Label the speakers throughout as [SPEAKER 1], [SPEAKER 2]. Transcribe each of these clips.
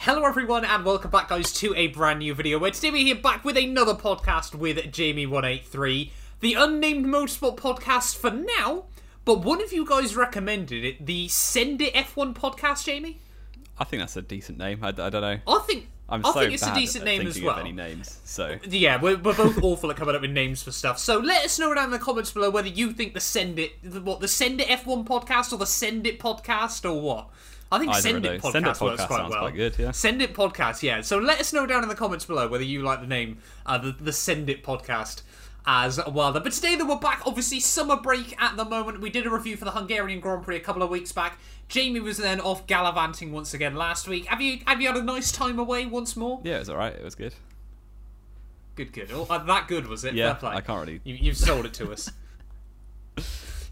[SPEAKER 1] Hello everyone and welcome back guys to a brand new video where today we're here back with another podcast with Jamie183, the unnamed motorsport podcast for now, but one of you guys recommended it, the Send It F1 podcast, Jamie?
[SPEAKER 2] I think that's a decent name. I, I don't know.
[SPEAKER 1] I think
[SPEAKER 2] I'm
[SPEAKER 1] I
[SPEAKER 2] so
[SPEAKER 1] think it's
[SPEAKER 2] bad
[SPEAKER 1] a decent
[SPEAKER 2] at
[SPEAKER 1] name as
[SPEAKER 2] thinking
[SPEAKER 1] well.
[SPEAKER 2] Of any names? So
[SPEAKER 1] Yeah, we're, we're both awful at coming up with names for stuff. So let us know down in the comments below whether you think the Send It, the, what, the Send It F1 podcast or the Send It podcast or what? I think
[SPEAKER 2] Either
[SPEAKER 1] Send
[SPEAKER 2] of
[SPEAKER 1] It podcast,
[SPEAKER 2] those. Send It
[SPEAKER 1] works
[SPEAKER 2] Podcast
[SPEAKER 1] quite
[SPEAKER 2] sounds
[SPEAKER 1] well.
[SPEAKER 2] quite good, yeah.
[SPEAKER 1] Send It podcast, yeah. So let us know down in the comments below whether you like the name, uh, the, the Send It podcast as well. But today that we're back, obviously summer break at the moment. We did a review for the Hungarian Grand Prix a couple of weeks back. Jamie was then off gallivanting once again last week. Have you have you had a nice time away once more?
[SPEAKER 2] yeah, it was all right. It was good.
[SPEAKER 1] Good, good. Oh, uh, that good was it? Fair
[SPEAKER 2] Yeah,
[SPEAKER 1] play.
[SPEAKER 2] I can't really-
[SPEAKER 1] You, you've sold it to us.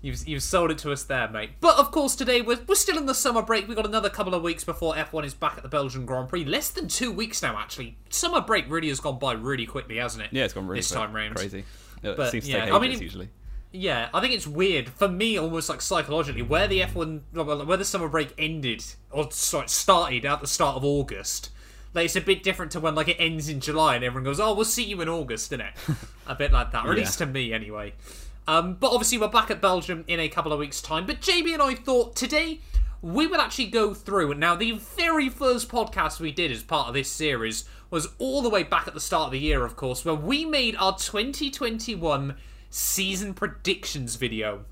[SPEAKER 1] You've, you've sold it to us there, mate. But of course, today we're, we're still in the summer break. We've got another couple of weeks before F1 is back at the Belgian Grand Prix. Less than two weeks now, actually. Summer break really has gone by really quickly, hasn't it?
[SPEAKER 2] Yeah, it's gone really
[SPEAKER 1] This
[SPEAKER 2] quick.
[SPEAKER 1] time round.
[SPEAKER 2] Crazy. It
[SPEAKER 1] But,
[SPEAKER 2] seems to
[SPEAKER 1] yeah,
[SPEAKER 2] take
[SPEAKER 1] I
[SPEAKER 2] ages
[SPEAKER 1] mean, it-
[SPEAKER 2] usually.
[SPEAKER 1] Yeah, I think it's weird for me, almost like psychologically, where the F1, well, where the summer break ended or sorry, started at the start of August. Like it's a bit different to when like it ends in July and everyone goes, "Oh, we'll see you in August," innit? a bit like that, or at
[SPEAKER 2] Yeah.
[SPEAKER 1] least to me anyway. Um, but obviously, we're back at Belgium in a couple of weeks' time. But Jamie and I thought today we would actually go through. Now, the very first podcast we did as part of this series was all the way back at the start of the year, of course, where we made our 2021 season predictions video.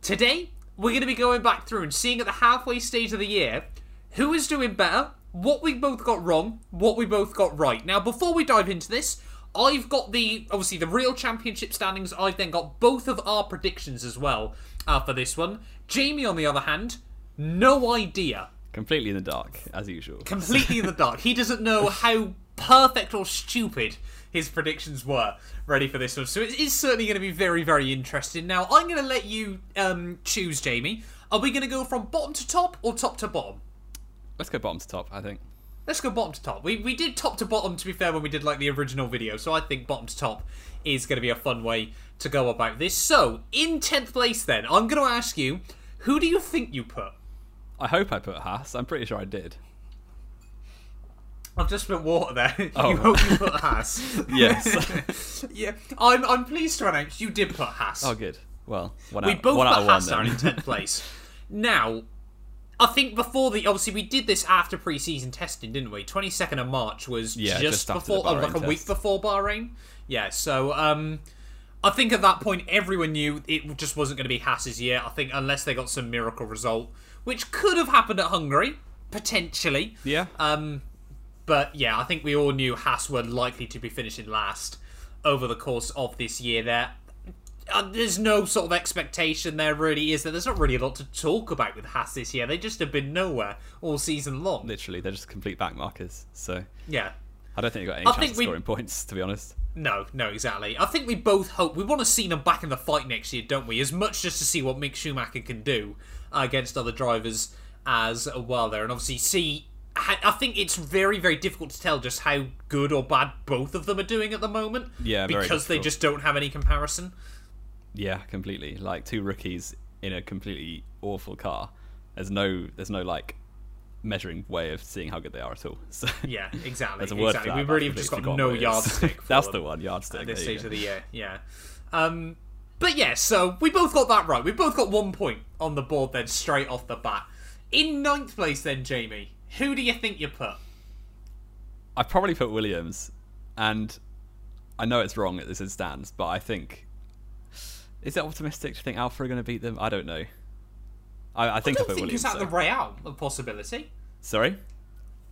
[SPEAKER 1] Today, we're going to be going back through and seeing at the halfway stage of the year who is doing better, what we both got wrong, what we both got right. Now, before we dive into this, I've got the obviously the real championship standings. I've then got both of our predictions as well uh, for this one. Jamie, on the other hand, no idea,
[SPEAKER 2] Completely in the dark as usual.
[SPEAKER 1] completely in the dark. He doesn't know how perfect or stupid his predictions were. Ready for this one, so it is certainly going to be very, very interesting. Now, I'm going to let you um, choose, Jamie. Are we going to go from bottom to top or top to bottom?
[SPEAKER 2] Let's go bottom to top. I think.
[SPEAKER 1] Let's go bottom to top. We we did top to bottom to be fair when we did like the original video, so I think bottom to top is going to be a fun way to go about this. So in tenth place, then I'm going to ask you, who do you think you put?
[SPEAKER 2] I hope I put Haas. I'm pretty sure I did.
[SPEAKER 1] I've just spent water there.
[SPEAKER 2] Oh.
[SPEAKER 1] you hope you put Haas.
[SPEAKER 2] Yes.
[SPEAKER 1] yeah, I'm I'm pleased to announce you did put Haas.
[SPEAKER 2] oh, good. Well, one
[SPEAKER 1] we
[SPEAKER 2] out,
[SPEAKER 1] both
[SPEAKER 2] one out
[SPEAKER 1] put
[SPEAKER 2] of one
[SPEAKER 1] Haas down in
[SPEAKER 2] then.
[SPEAKER 1] tenth place. Now, I think before the obviously we did this after pre-season testing, didn't we? Twenty second of March was
[SPEAKER 2] Yeah,
[SPEAKER 1] just,
[SPEAKER 2] just after the
[SPEAKER 1] before, oh, like
[SPEAKER 2] Bahrain
[SPEAKER 1] a week
[SPEAKER 2] test.
[SPEAKER 1] before Bahrain. Yeah, so um, I think at that point everyone knew it just wasn't going to be Haas's year. I think unless they got some miracle result, which could have happened at Hungary potentially.
[SPEAKER 2] yeah.
[SPEAKER 1] Um, but yeah, I think we all knew Haas were likely to be finishing last over the course of this year. There, uh, there's no sort of expectation there really is that there's not really a lot to talk about with Haas this year. They just have been nowhere all season long.
[SPEAKER 2] Literally, they're just complete backmarkers. So
[SPEAKER 1] yeah.
[SPEAKER 2] I don't think they got any chance
[SPEAKER 1] think
[SPEAKER 2] of
[SPEAKER 1] we-
[SPEAKER 2] scoring points. To be honest.
[SPEAKER 1] No, no, exactly. I think we both hope we want to see them back in the fight next year, don't we? As much just to see what Mick Schumacher can do uh, against other drivers as well there, and obviously see. I I think it's very, very difficult to tell just how good or bad both of them are doing at the moment.
[SPEAKER 2] Yeah, very
[SPEAKER 1] because they
[SPEAKER 2] difficult.
[SPEAKER 1] just don't have any comparison.
[SPEAKER 2] Yeah, completely. Like two rookies in a completely awful car. There's no there's no like measuring way of seeing how good they are at all. So
[SPEAKER 1] Yeah, exactly.
[SPEAKER 2] there's a word
[SPEAKER 1] exactly.
[SPEAKER 2] for
[SPEAKER 1] we
[SPEAKER 2] that. but
[SPEAKER 1] really
[SPEAKER 2] I've
[SPEAKER 1] have just got
[SPEAKER 2] completely
[SPEAKER 1] no
[SPEAKER 2] forgotten what it is.
[SPEAKER 1] yardstick. For
[SPEAKER 2] That's
[SPEAKER 1] them.
[SPEAKER 2] the one yardstick.
[SPEAKER 1] at this
[SPEAKER 2] there you
[SPEAKER 1] stage
[SPEAKER 2] go.
[SPEAKER 1] of the year. Yeah. Um, but yeah, so we both got that right. We both got one point on the board then straight off the bat. In ninth place then, Jamie, who do you think you put?
[SPEAKER 2] I probably put Williams, and I know it's wrong at this it stands, but I think is it optimistic to think Alpha are going to beat them? I don't know. I, I think I,
[SPEAKER 1] I don't
[SPEAKER 2] put
[SPEAKER 1] think it's
[SPEAKER 2] Williams.
[SPEAKER 1] out
[SPEAKER 2] though.
[SPEAKER 1] the realm of possibility.
[SPEAKER 2] Sorry,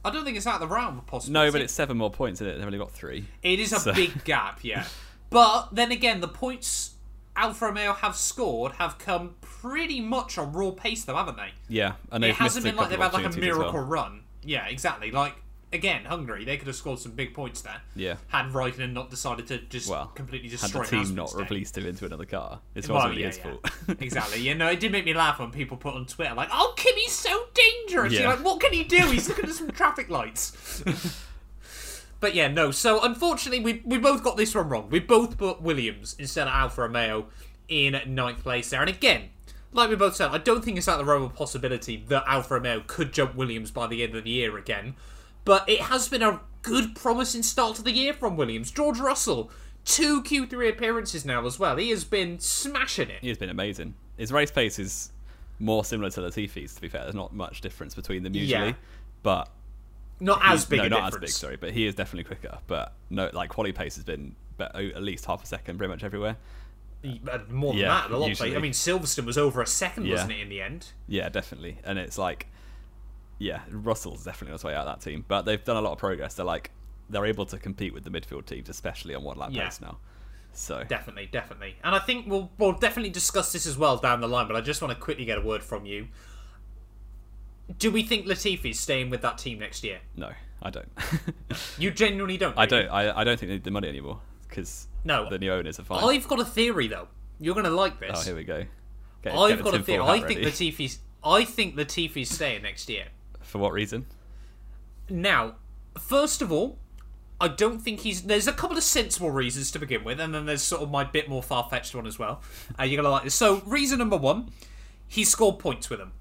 [SPEAKER 1] I don't think it's out the realm of possibility.
[SPEAKER 2] no, but it's seven more points, isn't it? They've only got three.
[SPEAKER 1] It is a
[SPEAKER 2] So-
[SPEAKER 1] big gap, yeah. But then again, the points Alfa Romeo have scored have come pretty much on raw pace, though, haven't they?
[SPEAKER 2] Yeah, and they've
[SPEAKER 1] it hasn't
[SPEAKER 2] missed
[SPEAKER 1] been
[SPEAKER 2] a
[SPEAKER 1] like
[SPEAKER 2] couple
[SPEAKER 1] they've
[SPEAKER 2] of
[SPEAKER 1] had like a
[SPEAKER 2] opportunities as well.
[SPEAKER 1] miracle run. Yeah, exactly. Like again, Hungary, they could have scored some big points there.
[SPEAKER 2] Yeah.
[SPEAKER 1] Had Raikkonen not decided to just
[SPEAKER 2] Well,
[SPEAKER 1] completely
[SPEAKER 2] Had
[SPEAKER 1] destroy
[SPEAKER 2] the team
[SPEAKER 1] Aspen's
[SPEAKER 2] not
[SPEAKER 1] day.
[SPEAKER 2] released him into another car, it's
[SPEAKER 1] Well,
[SPEAKER 2] wasn't really
[SPEAKER 1] yeah,
[SPEAKER 2] his
[SPEAKER 1] yeah.
[SPEAKER 2] fault.
[SPEAKER 1] exactly. Yeah, no, it did make me laugh when people put on Twitter like, "Oh, Kimmy's so dangerous." You're
[SPEAKER 2] Yeah.
[SPEAKER 1] like, "What can he do? He's looking at some traffic lights." but yeah, no. So unfortunately, we we both got this one wrong. We both put Williams instead of Alfa Romeo in ninth place there. And again, like we both said, I don't think it's out of the realm of possibility that Alfa Romeo could jump Williams by the end of the year again. But it has been a good promising start to the year from Williams. George Russell, two Q3 appearances now as well. He has been smashing it.
[SPEAKER 2] He has been amazing. His race pace is more similar to Latifi's. To be fair, there's not much difference between them usually,
[SPEAKER 1] Yeah.
[SPEAKER 2] but
[SPEAKER 1] Not as big
[SPEAKER 2] no,
[SPEAKER 1] a
[SPEAKER 2] not
[SPEAKER 1] difference.
[SPEAKER 2] as big. Sorry, but he is definitely quicker. But no, like quality pace has been be- at least half a second, pretty much everywhere.
[SPEAKER 1] Uh, More than
[SPEAKER 2] Yeah,
[SPEAKER 1] that, a lot. of
[SPEAKER 2] usually.
[SPEAKER 1] play- I mean, Silverstone was over a second,
[SPEAKER 2] Yeah.
[SPEAKER 1] wasn't it, in the end?
[SPEAKER 2] Yeah, definitely. And it's like, yeah, Russell's definitely on his way out of that team, but they've done a lot of progress. They're like, they're able to compete with the midfield teams, especially on one lap
[SPEAKER 1] Yeah.
[SPEAKER 2] pace now. So
[SPEAKER 1] Definitely, definitely. And I think we'll we'll definitely discuss this as well down the line, but I just want to quickly get a word from you. Do we think Latifi's staying with that team next year?
[SPEAKER 2] no, I don't.
[SPEAKER 1] You genuinely don't.
[SPEAKER 2] I
[SPEAKER 1] do you?
[SPEAKER 2] don't. I, I don't think they need the money anymore because
[SPEAKER 1] No.
[SPEAKER 2] the new owners are fine.
[SPEAKER 1] I've got a theory though. You're going to like
[SPEAKER 2] Oh,
[SPEAKER 1] this.
[SPEAKER 2] here we go. Get- get
[SPEAKER 1] I've
[SPEAKER 2] the
[SPEAKER 1] got a
[SPEAKER 2] tinfoil
[SPEAKER 1] theory.
[SPEAKER 2] hat
[SPEAKER 1] I think
[SPEAKER 2] ready.
[SPEAKER 1] Latifi's I think Latifi's staying next year.
[SPEAKER 2] for what reason?
[SPEAKER 1] Now, first of all, I don't think he's. There's a couple of sensible reasons to begin with, and then there's sort of my bit more far fetched one as well. Uh, you're gonna like this. So, reason number one, he scored points with them.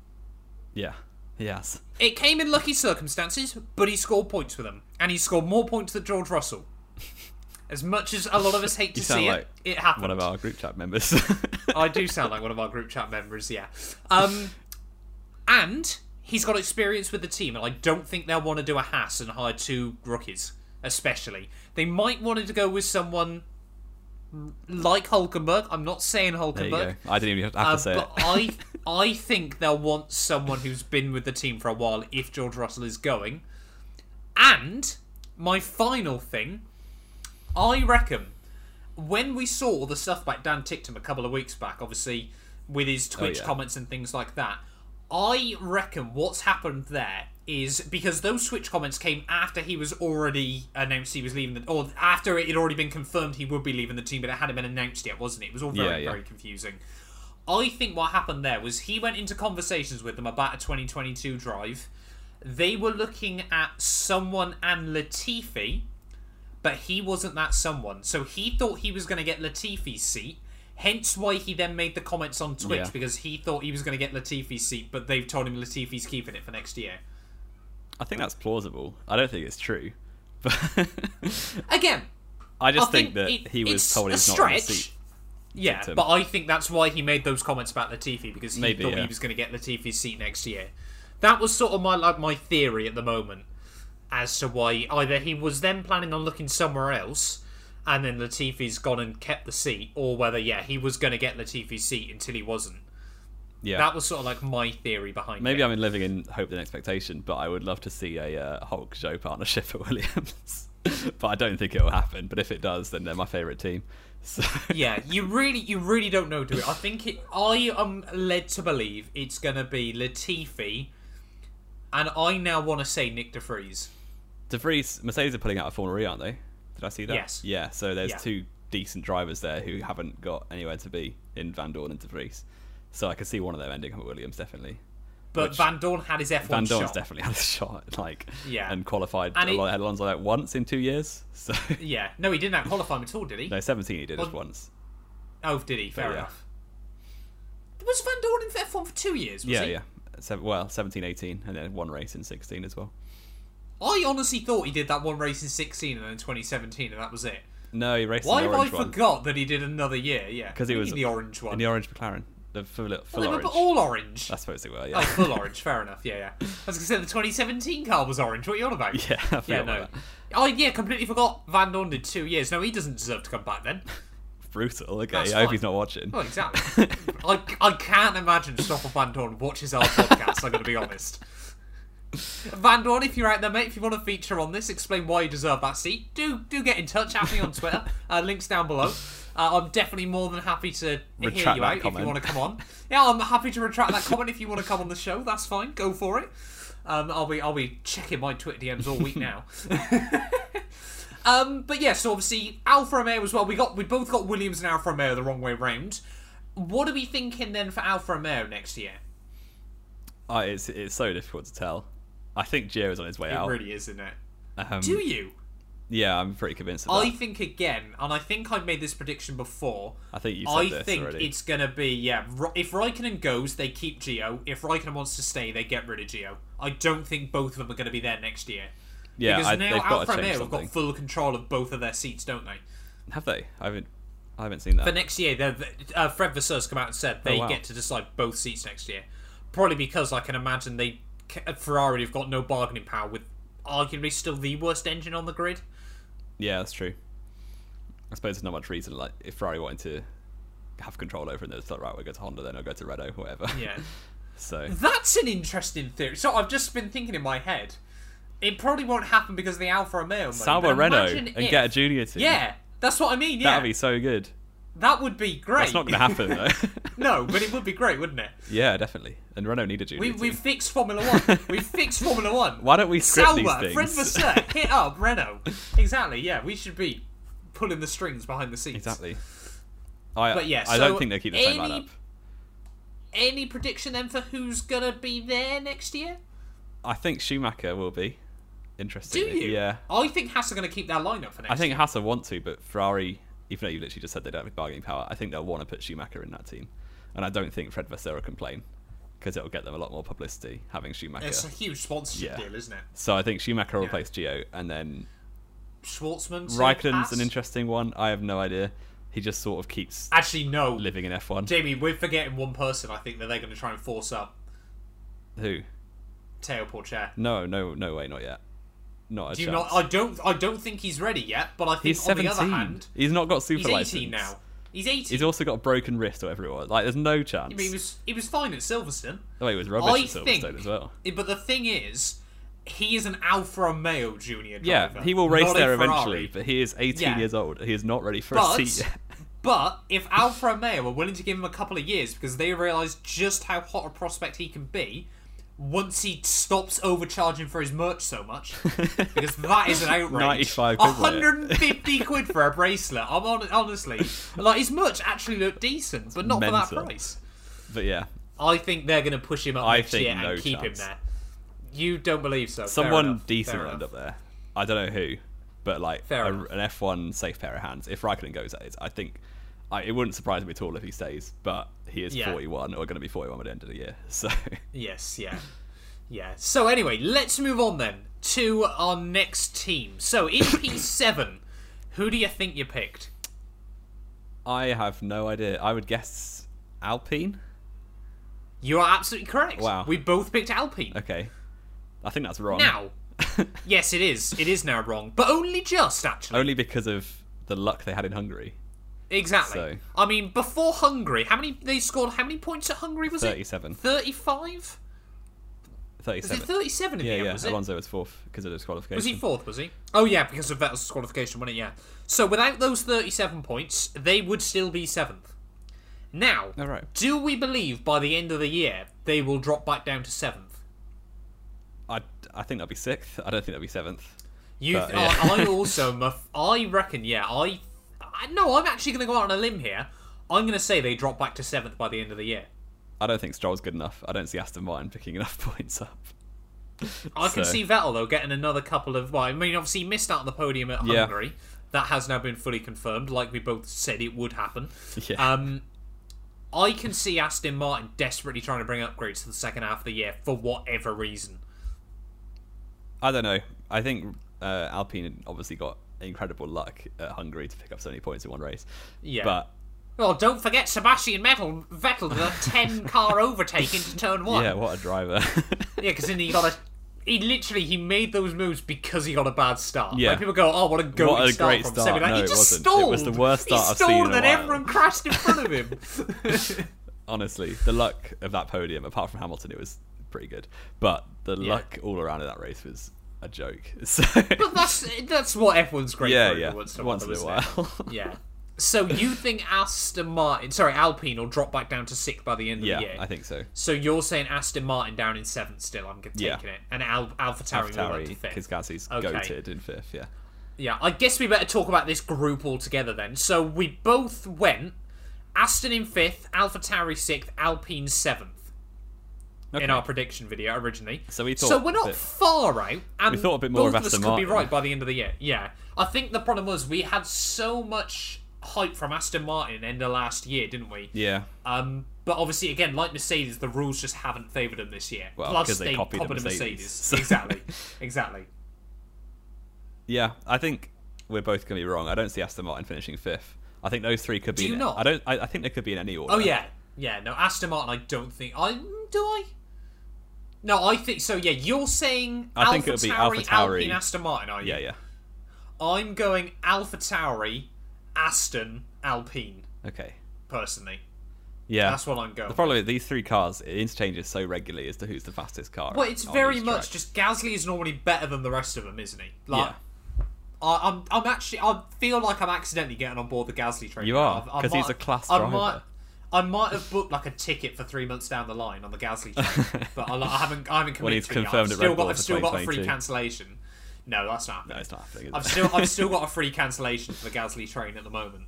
[SPEAKER 2] Yeah, he has.
[SPEAKER 1] It came in lucky circumstances, but he scored points with them, and he scored more points than George Russell. As much as a lot of us hate to
[SPEAKER 2] sound
[SPEAKER 1] see
[SPEAKER 2] like
[SPEAKER 1] it, it happened.
[SPEAKER 2] One of our group chat members.
[SPEAKER 1] I do sound like one of our group chat members, yeah. Um, and he's got experience with the team, and I don't think they'll want to do a Haas and hire two rookies, especially. They might want to go with someone like Hulkenberg. I'm not saying
[SPEAKER 2] there you go.
[SPEAKER 1] Hulkenberg,
[SPEAKER 2] I didn't even have to
[SPEAKER 1] uh,
[SPEAKER 2] say
[SPEAKER 1] but
[SPEAKER 2] it.
[SPEAKER 1] I I think they'll want someone who's been with the team for a while if George Russell is going. And my final thing, I reckon when we saw the stuff back Dan Tickton a couple of weeks back, obviously with his Twitch
[SPEAKER 2] Oh, yeah.
[SPEAKER 1] comments and things like that, I reckon what's happened there is because those Twitch comments came after he was already announced he was leaving the or after it had already been confirmed he would be leaving the team, but it hadn't been announced yet, wasn't it? It was all very,
[SPEAKER 2] Yeah, yeah.
[SPEAKER 1] very confusing. I think what happened there was he went into conversations with them about a 2022 drive. They were looking at someone and Latifi, but he wasn't that someone. So he thought he was going to get Latifi's seat. Hence why he then made the comments on Twitch
[SPEAKER 2] Yeah.
[SPEAKER 1] because he thought he was going to get Latifi's seat, but they've told him Latifi's keeping it for next year.
[SPEAKER 2] I think that's plausible. I don't think it's true, but
[SPEAKER 1] Again,
[SPEAKER 2] I
[SPEAKER 1] I
[SPEAKER 2] just
[SPEAKER 1] think,
[SPEAKER 2] think, that
[SPEAKER 1] it-
[SPEAKER 2] he was
[SPEAKER 1] it's a
[SPEAKER 2] told he's not in the
[SPEAKER 1] stretch.
[SPEAKER 2] seat.
[SPEAKER 1] Yeah,
[SPEAKER 2] Tickton.
[SPEAKER 1] but I think that's why he made those comments about Latifi because he
[SPEAKER 2] Maybe,
[SPEAKER 1] thought
[SPEAKER 2] yeah.
[SPEAKER 1] he was going to get Latifi's seat next year. That was sort of my like my theory at the moment as to why either he was then planning on looking somewhere else and then Latifi's gone and kept the seat, or whether yeah he was going to get Latifi's seat until he wasn't.
[SPEAKER 2] Yeah,
[SPEAKER 1] That was sort of like my theory behind
[SPEAKER 2] maybe
[SPEAKER 1] it.
[SPEAKER 2] I'm in living in hope and expectation, but I would love to see a uh, Hulk Joe partnership at Williams. but I don't think it will happen. But if it does, then they're my favourite team. So
[SPEAKER 1] yeah, you really, you really don't know, do it. I think it. I am led to believe it's gonna be Latifi, and I now want to say Nick De Vries.
[SPEAKER 2] De Vries, Mercedes are pulling out of Formula E, aren't they? Did I see that?
[SPEAKER 1] Yes.
[SPEAKER 2] Yeah. So there's
[SPEAKER 1] Yeah.
[SPEAKER 2] two decent drivers there who haven't got anywhere to be in Van Dorn and De Vries. So I could see one of them ending up at Williams definitely.
[SPEAKER 1] But
[SPEAKER 2] Which-
[SPEAKER 1] Van Dorn had his F1
[SPEAKER 2] Van Dorn's
[SPEAKER 1] shot.
[SPEAKER 2] definitely had a shot, like,
[SPEAKER 1] Yeah.
[SPEAKER 2] and qualified
[SPEAKER 1] And it-
[SPEAKER 2] Alon- Alonso like once in two years. So
[SPEAKER 1] yeah. No, he didn't have qualify him at all, did he?
[SPEAKER 2] no, 17 he did it
[SPEAKER 1] Well-
[SPEAKER 2] once.
[SPEAKER 1] Oh, did he? Fair
[SPEAKER 2] yeah.
[SPEAKER 1] enough. Was Van Dorn in F1 for two years? Was
[SPEAKER 2] yeah,
[SPEAKER 1] he?
[SPEAKER 2] yeah. Seven, well, 17, 18, and then one race in 16 as well.
[SPEAKER 1] I honestly thought he did that one race in 16 and then 2017, and that was it.
[SPEAKER 2] No, he raced
[SPEAKER 1] Why
[SPEAKER 2] in
[SPEAKER 1] have
[SPEAKER 2] the
[SPEAKER 1] I
[SPEAKER 2] orange one.
[SPEAKER 1] forgot that he did another year? Yeah,
[SPEAKER 2] 'Cause he
[SPEAKER 1] What do
[SPEAKER 2] was
[SPEAKER 1] you mean the orange one.
[SPEAKER 2] In the orange McLaren. The full, full
[SPEAKER 1] Well, they were
[SPEAKER 2] orange.
[SPEAKER 1] all orange.
[SPEAKER 2] I suppose they were,
[SPEAKER 1] Oh,
[SPEAKER 2] yeah.
[SPEAKER 1] full orange. Fair enough. Yeah, yeah. I was gonna say the 2017 car was orange. What are you on about?
[SPEAKER 2] yeah, I
[SPEAKER 1] Yeah,
[SPEAKER 2] forgot
[SPEAKER 1] no.
[SPEAKER 2] about that.
[SPEAKER 1] Oh, yeah. Completely forgot. Van Dorn did two years. No, he doesn't deserve to come back then.
[SPEAKER 2] Brutal. Okay,
[SPEAKER 1] That's
[SPEAKER 2] I hope
[SPEAKER 1] fine.
[SPEAKER 2] he's not watching.
[SPEAKER 1] Well, exactly. I, I can't imagine Stoffel Van Dorn watches our podcast. I'm going to be honest. Van Dorn, if you're out there, mate, if you want to feature on this, explain why you deserve that seat. Do do get in touch. At me on Twitter. Uh, links down below. Uh, I'm definitely more than happy to hear
[SPEAKER 2] Retract
[SPEAKER 1] you
[SPEAKER 2] that
[SPEAKER 1] out if you
[SPEAKER 2] comment.
[SPEAKER 1] want to come on. Yeah, I'm happy to retract that comment if you want to come on the show. That's fine. Go for it. Um, I'll be I'll be checking my Twitter DMs all week now. Um, but yes, so obviously Alfa Romeo as well. We got we both got Williams and Alfa Romeo the wrong way round. What are we thinking then for Alfa Romeo next year?
[SPEAKER 2] Oh, it's, it's so difficult to tell. I think Gio's on his way
[SPEAKER 1] It
[SPEAKER 2] out.
[SPEAKER 1] really is, isn't it?
[SPEAKER 2] Um,
[SPEAKER 1] Do you?
[SPEAKER 2] yeah, I'm pretty convinced of
[SPEAKER 1] I
[SPEAKER 2] that.
[SPEAKER 1] think again, and I think I made this prediction before.
[SPEAKER 2] I think you said
[SPEAKER 1] I
[SPEAKER 2] this
[SPEAKER 1] think
[SPEAKER 2] already.
[SPEAKER 1] it's gonna be yeah. Ra- If Raikkonen goes, they keep Geo. If Raikkonen wants to stay, they get rid of Geo. I don't think both of them are gonna be there next year.
[SPEAKER 2] Yeah,
[SPEAKER 1] because
[SPEAKER 2] I,
[SPEAKER 1] now
[SPEAKER 2] they've got
[SPEAKER 1] Alfa
[SPEAKER 2] to change
[SPEAKER 1] Romeo have got
[SPEAKER 2] something.
[SPEAKER 1] full control of both of their seats, don't they?
[SPEAKER 2] Have they? I haven't. I haven't seen that.
[SPEAKER 1] For next year, they're- uh, Fred Vasseur's come out and said they
[SPEAKER 2] Oh, wow.
[SPEAKER 1] get to decide both seats next year. Probably because I can imagine they Ferrari have got no bargaining power with arguably still the worst engine on the grid.
[SPEAKER 2] Yeah, that's true. I suppose there's not much reason like if Ferrari wanted to have control over it, it's like right, we'll go to Honda, then I'll go to Renault, whatever.
[SPEAKER 1] Yeah.
[SPEAKER 2] So
[SPEAKER 1] That's an interesting theory. So I've just been thinking in my head, it probably won't happen because of the Alfa Romeo. money,
[SPEAKER 2] Salvo
[SPEAKER 1] but
[SPEAKER 2] Renault
[SPEAKER 1] imagine
[SPEAKER 2] and
[SPEAKER 1] if-
[SPEAKER 2] get a junior team.
[SPEAKER 1] Yeah, that's what I mean. Yeah,
[SPEAKER 2] that'd be so good.
[SPEAKER 1] that would be great.
[SPEAKER 2] That's not going to happen though.
[SPEAKER 1] no, but it would be great, wouldn't it?
[SPEAKER 2] yeah, definitely. And Renault need a junior
[SPEAKER 1] We
[SPEAKER 2] team.
[SPEAKER 1] we fixed Formula One. we fixed Formula One.
[SPEAKER 2] Why don't we script
[SPEAKER 1] Sauber,
[SPEAKER 2] these
[SPEAKER 1] Fred
[SPEAKER 2] things?
[SPEAKER 1] Vasseur, hit up Renault. Exactly. Yeah, we should be pulling the strings behind the scenes.
[SPEAKER 2] exactly. I
[SPEAKER 1] But yeah,
[SPEAKER 2] I
[SPEAKER 1] so
[SPEAKER 2] don't think they keep the same
[SPEAKER 1] any-
[SPEAKER 2] lineup.
[SPEAKER 1] Any prediction then for who's gonna be there next year?
[SPEAKER 2] I think Schumacher will be.
[SPEAKER 1] Do
[SPEAKER 2] Interestingly,
[SPEAKER 1] you?
[SPEAKER 2] yeah.
[SPEAKER 1] I think Haas are gonna keep their lineup for next.
[SPEAKER 2] I think Hassel want to, but Ferrari, even though you literally just said they don't have bargaining power, I think they'll want to put Schumacher in that team. And I don't think Fred Vasseur will complain because it'll get them a lot more publicity having Schumacher.
[SPEAKER 1] year. it's a huge sponsorship
[SPEAKER 2] Yeah.
[SPEAKER 1] deal, isn't it?
[SPEAKER 2] So I think Schumacher will replace Gio, and then
[SPEAKER 1] Schwartzman. to
[SPEAKER 2] Raikkonen's
[SPEAKER 1] Haas?
[SPEAKER 2] an interesting one. I have no idea. He just sort of keeps
[SPEAKER 1] Actually, no.
[SPEAKER 2] living in F1.
[SPEAKER 1] Jamie, we're forgetting one person. I think that they're going to try and force up
[SPEAKER 2] Who?
[SPEAKER 1] Teo Porcher.
[SPEAKER 2] No, no, no way, not yet. Not a
[SPEAKER 1] Do you
[SPEAKER 2] chance.
[SPEAKER 1] not? I don't. I don't think he's ready yet. But I think
[SPEAKER 2] He's
[SPEAKER 1] on the other
[SPEAKER 2] 17.
[SPEAKER 1] hand,
[SPEAKER 2] He's not got super
[SPEAKER 1] he's eighteen
[SPEAKER 2] license.
[SPEAKER 1] now. He's eighteen.
[SPEAKER 2] He's also got a broken wrist or whatever it was. Like, there's no chance.
[SPEAKER 1] I mean, he was he was fine at Silverstone.
[SPEAKER 2] oh, he was
[SPEAKER 1] I
[SPEAKER 2] rubbish at
[SPEAKER 1] think-
[SPEAKER 2] Silverstone as well.
[SPEAKER 1] But the thing is, he is an Alfa Romeo junior
[SPEAKER 2] Yeah,
[SPEAKER 1] driver.
[SPEAKER 2] he will race
[SPEAKER 1] not a
[SPEAKER 2] there
[SPEAKER 1] Ferrari.
[SPEAKER 2] eventually, but he is 18
[SPEAKER 1] Yeah.
[SPEAKER 2] years old. He is not ready for a
[SPEAKER 1] But,
[SPEAKER 2] seat yet.
[SPEAKER 1] but if Alfa Romeo were willing to give him a couple of years because they realise just how hot a prospect he can be once he stops overcharging for his merch so much, because that is an outrage.
[SPEAKER 2] 95 quid, wasn't it?
[SPEAKER 1] 150 quid for a bracelet. I'm on, honestly like his merch actually looked decent, but not for
[SPEAKER 2] mental.
[SPEAKER 1] that price.
[SPEAKER 2] But yeah,
[SPEAKER 1] I think they're going to push him up
[SPEAKER 2] I
[SPEAKER 1] next
[SPEAKER 2] think
[SPEAKER 1] year
[SPEAKER 2] no
[SPEAKER 1] and keep
[SPEAKER 2] chance.
[SPEAKER 1] him there. You don't believe so? Fair
[SPEAKER 2] someone
[SPEAKER 1] enough,
[SPEAKER 2] decent
[SPEAKER 1] fair
[SPEAKER 2] will end
[SPEAKER 1] enough.
[SPEAKER 2] up there. I don't know who, but like
[SPEAKER 1] Fair
[SPEAKER 2] a-
[SPEAKER 1] enough.
[SPEAKER 2] an F1 safe pair of hands. If Raikkonen goes, that is. I think I, it wouldn't surprise me at all if he stays, but he is
[SPEAKER 1] Yeah.
[SPEAKER 2] 41 or going to be 41 by the end of the year. So
[SPEAKER 1] Yes, yeah. Yeah. So anyway, let's move on then to our next team. So in P7, who do you think you picked?
[SPEAKER 2] I have no idea. I would guess Alpine.
[SPEAKER 1] You are absolutely correct.
[SPEAKER 2] Wow.
[SPEAKER 1] We both picked Alpine.
[SPEAKER 2] Okay. I think that's wrong.
[SPEAKER 1] Now, yes, it is. It is now wrong, but only just actually.
[SPEAKER 2] Only because of the luck they had in Hungary.
[SPEAKER 1] exactly.
[SPEAKER 2] so-
[SPEAKER 1] I mean, before Hungary, how many they scored? How many points at Hungary was it?
[SPEAKER 2] 37.
[SPEAKER 1] Thirty-five. Was
[SPEAKER 2] 37.
[SPEAKER 1] it thirty-seven in
[SPEAKER 2] yeah,
[SPEAKER 1] the end?
[SPEAKER 2] yeah.
[SPEAKER 1] Was it?
[SPEAKER 2] Alonso was fourth because of disqualification.
[SPEAKER 1] Was he fourth? Was he? Oh yeah, because of Vettel's qualification, wasn't it? Yeah. So without those thirty-seven points, they would still be seventh. Now,
[SPEAKER 2] All right.
[SPEAKER 1] do we believe by the end of the year they will drop back down to seventh?
[SPEAKER 2] I, I think that'll be sixth. I don't think that'll be seventh.
[SPEAKER 1] You,
[SPEAKER 2] But, Uh, yeah.
[SPEAKER 1] I, I also, muf- I reckon, yeah, I, I, no, I'm actually going to go out on a limb here. I'm going to say they drop back to seventh by the end of the year.
[SPEAKER 2] I don't think Stroll's good enough. I don't see Aston Martin picking enough points up.
[SPEAKER 1] I can
[SPEAKER 2] So-
[SPEAKER 1] see Vettel though getting another couple of. Well, I mean, obviously he missed out on the podium at
[SPEAKER 2] Yeah.
[SPEAKER 1] Hungary. That has now been fully confirmed, like we both said it would happen.
[SPEAKER 2] Yeah.
[SPEAKER 1] Um, I can see Aston Martin desperately trying to bring upgrades to the second half of the year for whatever reason.
[SPEAKER 2] I don't know. I think uh, Alpine obviously got incredible luck at Hungary to pick up so many points in one race.
[SPEAKER 1] Yeah.
[SPEAKER 2] But
[SPEAKER 1] Well, don't forget Sebastian Vettel, Vettel did a ten-car overtake into turn one.
[SPEAKER 2] yeah, what a driver.
[SPEAKER 1] Yeah, because then he got a. He literally he made those moves because he got a bad start.
[SPEAKER 2] Yeah.
[SPEAKER 1] Like people go, oh, what a goat
[SPEAKER 2] What a
[SPEAKER 1] start
[SPEAKER 2] great
[SPEAKER 1] from
[SPEAKER 2] start.
[SPEAKER 1] Semi-Like,
[SPEAKER 2] No,
[SPEAKER 1] he
[SPEAKER 2] it
[SPEAKER 1] just
[SPEAKER 2] wasn't.
[SPEAKER 1] stalled.
[SPEAKER 2] It was the worst
[SPEAKER 1] he
[SPEAKER 2] start I've
[SPEAKER 1] stalled
[SPEAKER 2] seen in
[SPEAKER 1] and
[SPEAKER 2] a
[SPEAKER 1] then
[SPEAKER 2] while.
[SPEAKER 1] everyone crashed in front of him.
[SPEAKER 2] Honestly, the luck of that podium, apart from Hamilton, it was pretty good. But the luck all around of that race was a joke. So
[SPEAKER 1] but that's that's what everyone's great
[SPEAKER 2] yeah,
[SPEAKER 1] for
[SPEAKER 2] yeah.
[SPEAKER 1] once
[SPEAKER 2] Once
[SPEAKER 1] in a
[SPEAKER 2] in a
[SPEAKER 1] isn't it?
[SPEAKER 2] while.
[SPEAKER 1] Yeah. So you think Aston Martin, sorry, Alpine will drop back down to sixth by the end of
[SPEAKER 2] yeah,
[SPEAKER 1] the year?
[SPEAKER 2] I think so.
[SPEAKER 1] so you're saying Aston Martin down in seventh still? I'm taking
[SPEAKER 2] Yeah.
[SPEAKER 1] it, and Al- AlphaTauri will up to
[SPEAKER 2] Tauri,
[SPEAKER 1] fifth.
[SPEAKER 2] Kizkasi's
[SPEAKER 1] Okay.
[SPEAKER 2] goated in fifth. Yeah.
[SPEAKER 1] Yeah, I guess we better talk about this group altogether then. So we both went Aston in fifth, AlphaTauri sixth, Alpine seventh in
[SPEAKER 2] Okay.
[SPEAKER 1] our prediction video originally.
[SPEAKER 2] So we
[SPEAKER 1] so
[SPEAKER 2] thought
[SPEAKER 1] we're not
[SPEAKER 2] that-
[SPEAKER 1] far out. And
[SPEAKER 2] We thought a bit more
[SPEAKER 1] both
[SPEAKER 2] of
[SPEAKER 1] us
[SPEAKER 2] Aston
[SPEAKER 1] could be
[SPEAKER 2] Martin.
[SPEAKER 1] right by the end of the year. Yeah, I think the problem was we had so much hype from Aston Martin end of last year, didn't we?
[SPEAKER 2] Yeah.
[SPEAKER 1] Um, but obviously, again, like Mercedes, the rules just haven't favoured them this year.
[SPEAKER 2] Well,
[SPEAKER 1] Plus,
[SPEAKER 2] 'cause they copied the Mercedes.
[SPEAKER 1] exactly, exactly.
[SPEAKER 2] Yeah, I think we're both going to be wrong. I don't see Aston Martin finishing fifth. I think those three could be.
[SPEAKER 1] Do you
[SPEAKER 2] in,
[SPEAKER 1] not?
[SPEAKER 2] I don't. I, I think they could be in any order.
[SPEAKER 1] Oh yeah, yeah. No, Aston Martin. I don't think I do. I. No, I think so. Yeah, you're saying
[SPEAKER 2] I
[SPEAKER 1] Alpha
[SPEAKER 2] think it'll be
[SPEAKER 1] Tauri,
[SPEAKER 2] AlphaTauri.
[SPEAKER 1] Alpine, Aston Martin. Are you?
[SPEAKER 2] Yeah, yeah.
[SPEAKER 1] I'm going Alpha Tauri, Aston, Alpine.
[SPEAKER 2] Okay.
[SPEAKER 1] Personally,
[SPEAKER 2] Yeah.
[SPEAKER 1] that's what I'm going.
[SPEAKER 2] the problem with these three cars, it interchanges so regularly as to who's the fastest car.
[SPEAKER 1] Well, it's
[SPEAKER 2] on
[SPEAKER 1] very
[SPEAKER 2] each
[SPEAKER 1] much
[SPEAKER 2] track.
[SPEAKER 1] just Gasly is normally better than the rest of them, isn't he? Like,
[SPEAKER 2] Yeah.
[SPEAKER 1] I, I'm, I'm actually, I feel like I'm accidentally getting on board the Gasly train.
[SPEAKER 2] You
[SPEAKER 1] now.
[SPEAKER 2] are,
[SPEAKER 1] I've- I
[SPEAKER 2] 'cause
[SPEAKER 1] might-
[SPEAKER 2] he's a class
[SPEAKER 1] I
[SPEAKER 2] driver.
[SPEAKER 1] might, I might have booked like a ticket for three months down the line on the Gasly train, but I, like, I haven't, I haven't committed.
[SPEAKER 2] Well, he's
[SPEAKER 1] to it yet.
[SPEAKER 2] confirmed
[SPEAKER 1] I've
[SPEAKER 2] at
[SPEAKER 1] still
[SPEAKER 2] Red
[SPEAKER 1] got,
[SPEAKER 2] Bull
[SPEAKER 1] I've
[SPEAKER 2] for
[SPEAKER 1] still got a free
[SPEAKER 2] 2022.
[SPEAKER 1] cancellation. No, that's not
[SPEAKER 2] No,
[SPEAKER 1] happening.
[SPEAKER 2] it's not happening. is
[SPEAKER 1] I've
[SPEAKER 2] it?
[SPEAKER 1] still, I've still got a free cancellation for the Gasly train at the moment,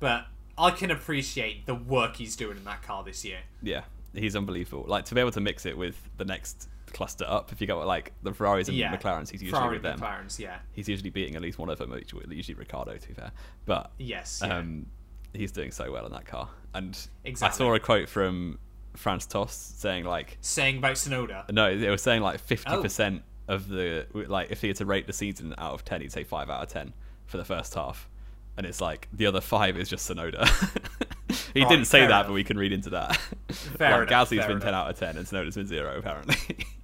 [SPEAKER 1] but I can appreciate the work he's doing in that car this year.
[SPEAKER 2] yeah, he's unbelievable. Like to be able to mix it with the next cluster up. If you got like the Ferraris and
[SPEAKER 1] Yeah,
[SPEAKER 2] Mm, McLarens, he's usually
[SPEAKER 1] Ferrari
[SPEAKER 2] with them.
[SPEAKER 1] McLarens, yeah,
[SPEAKER 2] He's usually beating at least one of them. each- Usually Ricardo, to be fair, but
[SPEAKER 1] yes, yeah.
[SPEAKER 2] um, he's doing so well in that car. And
[SPEAKER 1] Exactly.
[SPEAKER 2] I saw a quote from Franz Toss saying like,
[SPEAKER 1] saying about Sonoda.
[SPEAKER 2] no, it was saying
[SPEAKER 1] Oh.
[SPEAKER 2] like fifty percent of the like if he had to rate the season out of ten, he'd say five out of ten for the first half, and it's like the other five is just Sonoda. he
[SPEAKER 1] Right,
[SPEAKER 2] didn't say
[SPEAKER 1] fair
[SPEAKER 2] that,
[SPEAKER 1] enough.
[SPEAKER 2] but we can read into that.
[SPEAKER 1] Fair
[SPEAKER 2] like
[SPEAKER 1] enough,
[SPEAKER 2] Gasly's
[SPEAKER 1] fair
[SPEAKER 2] been ten
[SPEAKER 1] enough.
[SPEAKER 2] out of ten, and Sonoda's been zero apparently.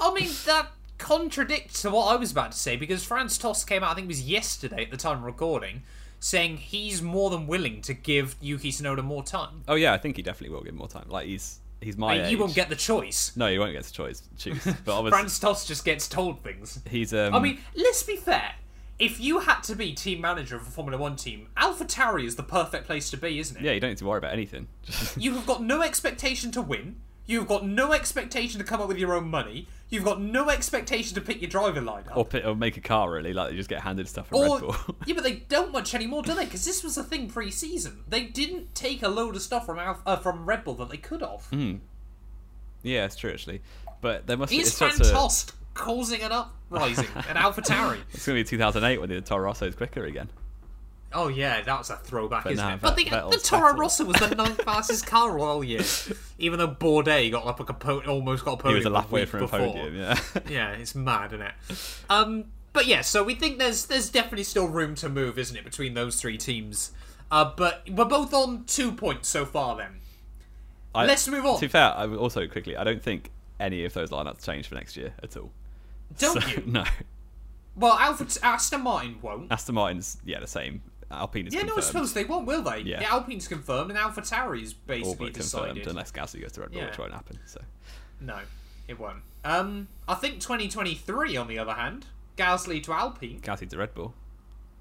[SPEAKER 1] I mean, that contradicts to what I was about to say because Franz Toss came out, I think it was yesterday at the time of recording, saying he's more than willing to give Yuki Tsunoda more time.
[SPEAKER 2] oh yeah, I think he definitely will give him more time. Like he's he's my
[SPEAKER 1] Like, you
[SPEAKER 2] age.
[SPEAKER 1] won't get the choice.
[SPEAKER 2] no, he won't get to choice choose. But obviously
[SPEAKER 1] Franz Toss just gets told things.
[SPEAKER 2] he's um.
[SPEAKER 1] I mean, let's be fair. If you had to be team manager of a Formula One team, AlphaTauri is the perfect place to be, isn't it?
[SPEAKER 2] yeah, you don't need to worry about anything. Just
[SPEAKER 1] You have got no expectation to win. You've got no expectation to come up with your own money. You've got no expectation to pick your driver lineup.
[SPEAKER 2] or, pi- or make a car really like they just get handed stuff from Red
[SPEAKER 1] Or,
[SPEAKER 2] Bull.
[SPEAKER 1] yeah, but they don't much anymore, do they? Because this was a thing pre-season. They didn't take a load of stuff from Alf- uh, from Red Bull that they could have.
[SPEAKER 2] Hmm, yeah, it's true actually. But there must be
[SPEAKER 1] Is
[SPEAKER 2] it's such a-
[SPEAKER 1] Fantost causing an uprising at AlphaTauri?
[SPEAKER 2] It's gonna be 2008 when the Toro Rosso's quicker again.
[SPEAKER 1] Oh yeah, that was a throwback, isn't
[SPEAKER 2] nah,
[SPEAKER 1] it? But the,
[SPEAKER 2] Vet-
[SPEAKER 1] the
[SPEAKER 2] Vettel's
[SPEAKER 1] Toro
[SPEAKER 2] Vettel.
[SPEAKER 1] Rosso was the ninth fastest car all year, even though Bourdais got up a po- almost got a
[SPEAKER 2] He
[SPEAKER 1] podium.
[SPEAKER 2] was a lap away
[SPEAKER 1] week
[SPEAKER 2] from a
[SPEAKER 1] before.
[SPEAKER 2] podium. Yeah.
[SPEAKER 1] yeah, it's mad, isn't it? Um, but yeah, so we think there's there's definitely still room to move, isn't it, between those three teams? Uh, but we're both on two points so far. Then
[SPEAKER 2] I-
[SPEAKER 1] Let's move on.
[SPEAKER 2] To be fair, I would also quickly, I don't think any of those lineups change for next year at all.
[SPEAKER 1] don't
[SPEAKER 2] So,
[SPEAKER 1] you?
[SPEAKER 2] No.
[SPEAKER 1] Well, Alfred Aston Martin won't.
[SPEAKER 2] Aston Martin's yeah the same. Alpine is
[SPEAKER 1] yeah, no, I
[SPEAKER 2] confirmed.
[SPEAKER 1] suppose they won't, will they?
[SPEAKER 2] Yeah.
[SPEAKER 1] The Alpine's confirmed, and Alpha is
[SPEAKER 2] all
[SPEAKER 1] basically
[SPEAKER 2] but
[SPEAKER 1] decided.
[SPEAKER 2] confirmed unless Gasly goes to Red Bull,
[SPEAKER 1] Yeah.
[SPEAKER 2] which won't happen. So
[SPEAKER 1] No, it won't. Um, I think 2023, on the other hand, Gasly to Alpine,
[SPEAKER 2] Gasly to Red Bull.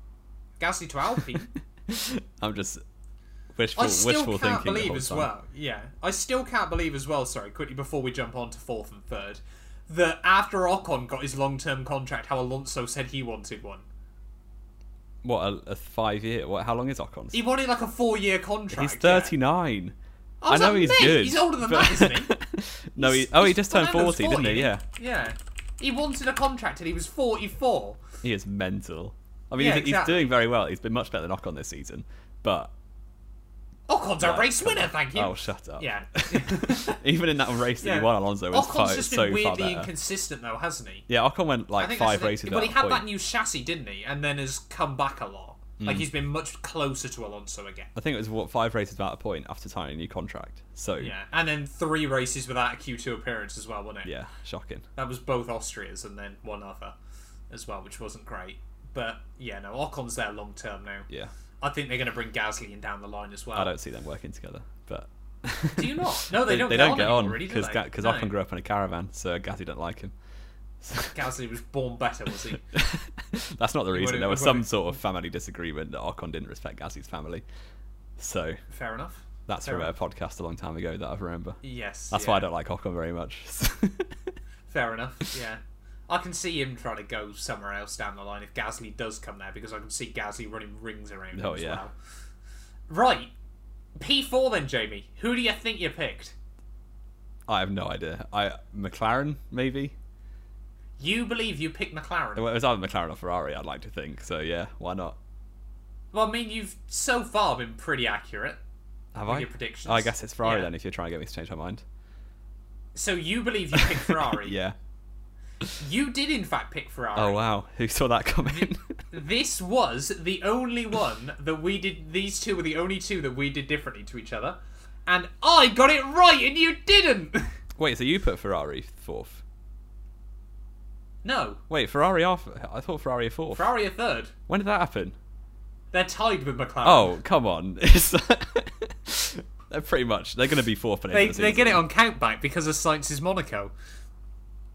[SPEAKER 1] Gasly to Alpine.
[SPEAKER 2] I'm just wishful,
[SPEAKER 1] I still
[SPEAKER 2] wishful
[SPEAKER 1] can't
[SPEAKER 2] thinking. the
[SPEAKER 1] believe
[SPEAKER 2] whole
[SPEAKER 1] as
[SPEAKER 2] time.
[SPEAKER 1] well. Yeah, I still can't believe as well. Sorry, quickly before we jump on to fourth and third, that after Ocon got his long-term contract, how Alonso said he wanted one.
[SPEAKER 2] What a, a five year? What? How long is Ocon?
[SPEAKER 1] He wanted like a four-year contract.
[SPEAKER 2] He's
[SPEAKER 1] yeah.
[SPEAKER 2] 39.
[SPEAKER 1] I was
[SPEAKER 2] know
[SPEAKER 1] like,
[SPEAKER 2] he's
[SPEAKER 1] "Mate,
[SPEAKER 2] good.
[SPEAKER 1] He's older than
[SPEAKER 2] but-
[SPEAKER 1] that, isn't he?
[SPEAKER 2] no, he,
[SPEAKER 1] He's-
[SPEAKER 2] oh, he
[SPEAKER 1] he's-
[SPEAKER 2] just turned
[SPEAKER 1] Fernando's
[SPEAKER 2] 40, didn't
[SPEAKER 1] 40,
[SPEAKER 2] he? Yeah.
[SPEAKER 1] Yeah. He wanted a contract and he was 44.
[SPEAKER 2] He is mental. I mean,
[SPEAKER 1] Yeah,
[SPEAKER 2] he's,
[SPEAKER 1] exactly.
[SPEAKER 2] he's doing very well. He's been much better than Ocon this season, but
[SPEAKER 1] Ocon's a race winner, thank you.
[SPEAKER 2] oh, shut up!
[SPEAKER 1] yeah.
[SPEAKER 2] Even in that race that
[SPEAKER 1] Yeah.
[SPEAKER 2] he won, Alonso was
[SPEAKER 1] Ocon's
[SPEAKER 2] far,
[SPEAKER 1] just been
[SPEAKER 2] so far
[SPEAKER 1] weirdly
[SPEAKER 2] better.
[SPEAKER 1] inconsistent, though, hasn't he?
[SPEAKER 2] yeah, Ocon went
[SPEAKER 1] I
[SPEAKER 2] like
[SPEAKER 1] think that's
[SPEAKER 2] five
[SPEAKER 1] the thing.
[SPEAKER 2] races.
[SPEAKER 1] But he
[SPEAKER 2] without
[SPEAKER 1] had
[SPEAKER 2] a
[SPEAKER 1] that
[SPEAKER 2] point. Mm.
[SPEAKER 1] new chassis, didn't he? And then has come back a lot. Like he's been much closer to Alonso again.
[SPEAKER 2] I think it was what five races without a point after signing a new contract. So yeah,
[SPEAKER 1] Yeah, and then three races without a Q two appearance as well, wasn't it?
[SPEAKER 2] shocking.
[SPEAKER 1] that was both Austrias and then one other as well, which wasn't great. But yeah, no, Ocon's there long term now.
[SPEAKER 2] Yeah,
[SPEAKER 1] I think they're going to bring Gasly in down the line as well.
[SPEAKER 2] I don't see them working together, but
[SPEAKER 1] Do you not? No, they, don't.
[SPEAKER 2] they
[SPEAKER 1] get
[SPEAKER 2] don't
[SPEAKER 1] on
[SPEAKER 2] get
[SPEAKER 1] anymore,
[SPEAKER 2] on
[SPEAKER 1] really, do
[SPEAKER 2] because
[SPEAKER 1] they?
[SPEAKER 2] because
[SPEAKER 1] No.
[SPEAKER 2] Ocon grew up in a caravan, so Gasly don't like him.
[SPEAKER 1] Gasly was born better, was he?
[SPEAKER 2] That's not the reason.
[SPEAKER 1] would've-
[SPEAKER 2] There
[SPEAKER 1] he
[SPEAKER 2] was some
[SPEAKER 1] would've-
[SPEAKER 2] sort of family disagreement that Ocon didn't respect Gasly's family. So
[SPEAKER 1] Fair enough.
[SPEAKER 2] that's
[SPEAKER 1] Fair
[SPEAKER 2] from a
[SPEAKER 1] enough.
[SPEAKER 2] podcast a long time ago that I remember.
[SPEAKER 1] Yes.
[SPEAKER 2] That's
[SPEAKER 1] yeah.
[SPEAKER 2] why I don't like Ocon very much.
[SPEAKER 1] Fair enough. Yeah. I can see him trying to go somewhere else down the line if Gasly does come there because I can see Gasly running rings around
[SPEAKER 2] Oh,
[SPEAKER 1] him as
[SPEAKER 2] yeah.
[SPEAKER 1] well. Right. P4 then, Jamie. Who do you think you picked?
[SPEAKER 2] I have no idea. I McLaren maybe.
[SPEAKER 1] You believe you picked McLaren.
[SPEAKER 2] Well, it was either McLaren or Ferrari. I'd like to think. So yeah, why not?
[SPEAKER 1] Well, I mean, you've so far been pretty accurate.
[SPEAKER 2] Have I?
[SPEAKER 1] your predictions.
[SPEAKER 2] I guess it's Ferrari
[SPEAKER 1] Yeah.
[SPEAKER 2] then. If you're trying to get me to change my mind.
[SPEAKER 1] So you believe you picked Ferrari.
[SPEAKER 2] Yeah.
[SPEAKER 1] You did, in fact, pick Ferrari.
[SPEAKER 2] Oh wow, who saw that coming?
[SPEAKER 1] This was the only one that we did. These two were the only two that we did differently to each other, and I got it right, and you didn't.
[SPEAKER 2] Wait, so you put Ferrari fourth?
[SPEAKER 1] No,
[SPEAKER 2] Wait, Ferrari are. f- I thought Ferrari are fourth.
[SPEAKER 1] Ferrari are third.
[SPEAKER 2] when did that happen?
[SPEAKER 1] They're tied with McLaren.
[SPEAKER 2] Oh come on, It's- they're pretty much they're going to be fourth. for the
[SPEAKER 1] they
[SPEAKER 2] end of the
[SPEAKER 1] they get
[SPEAKER 2] season.
[SPEAKER 1] it on countback because of Science's Monaco.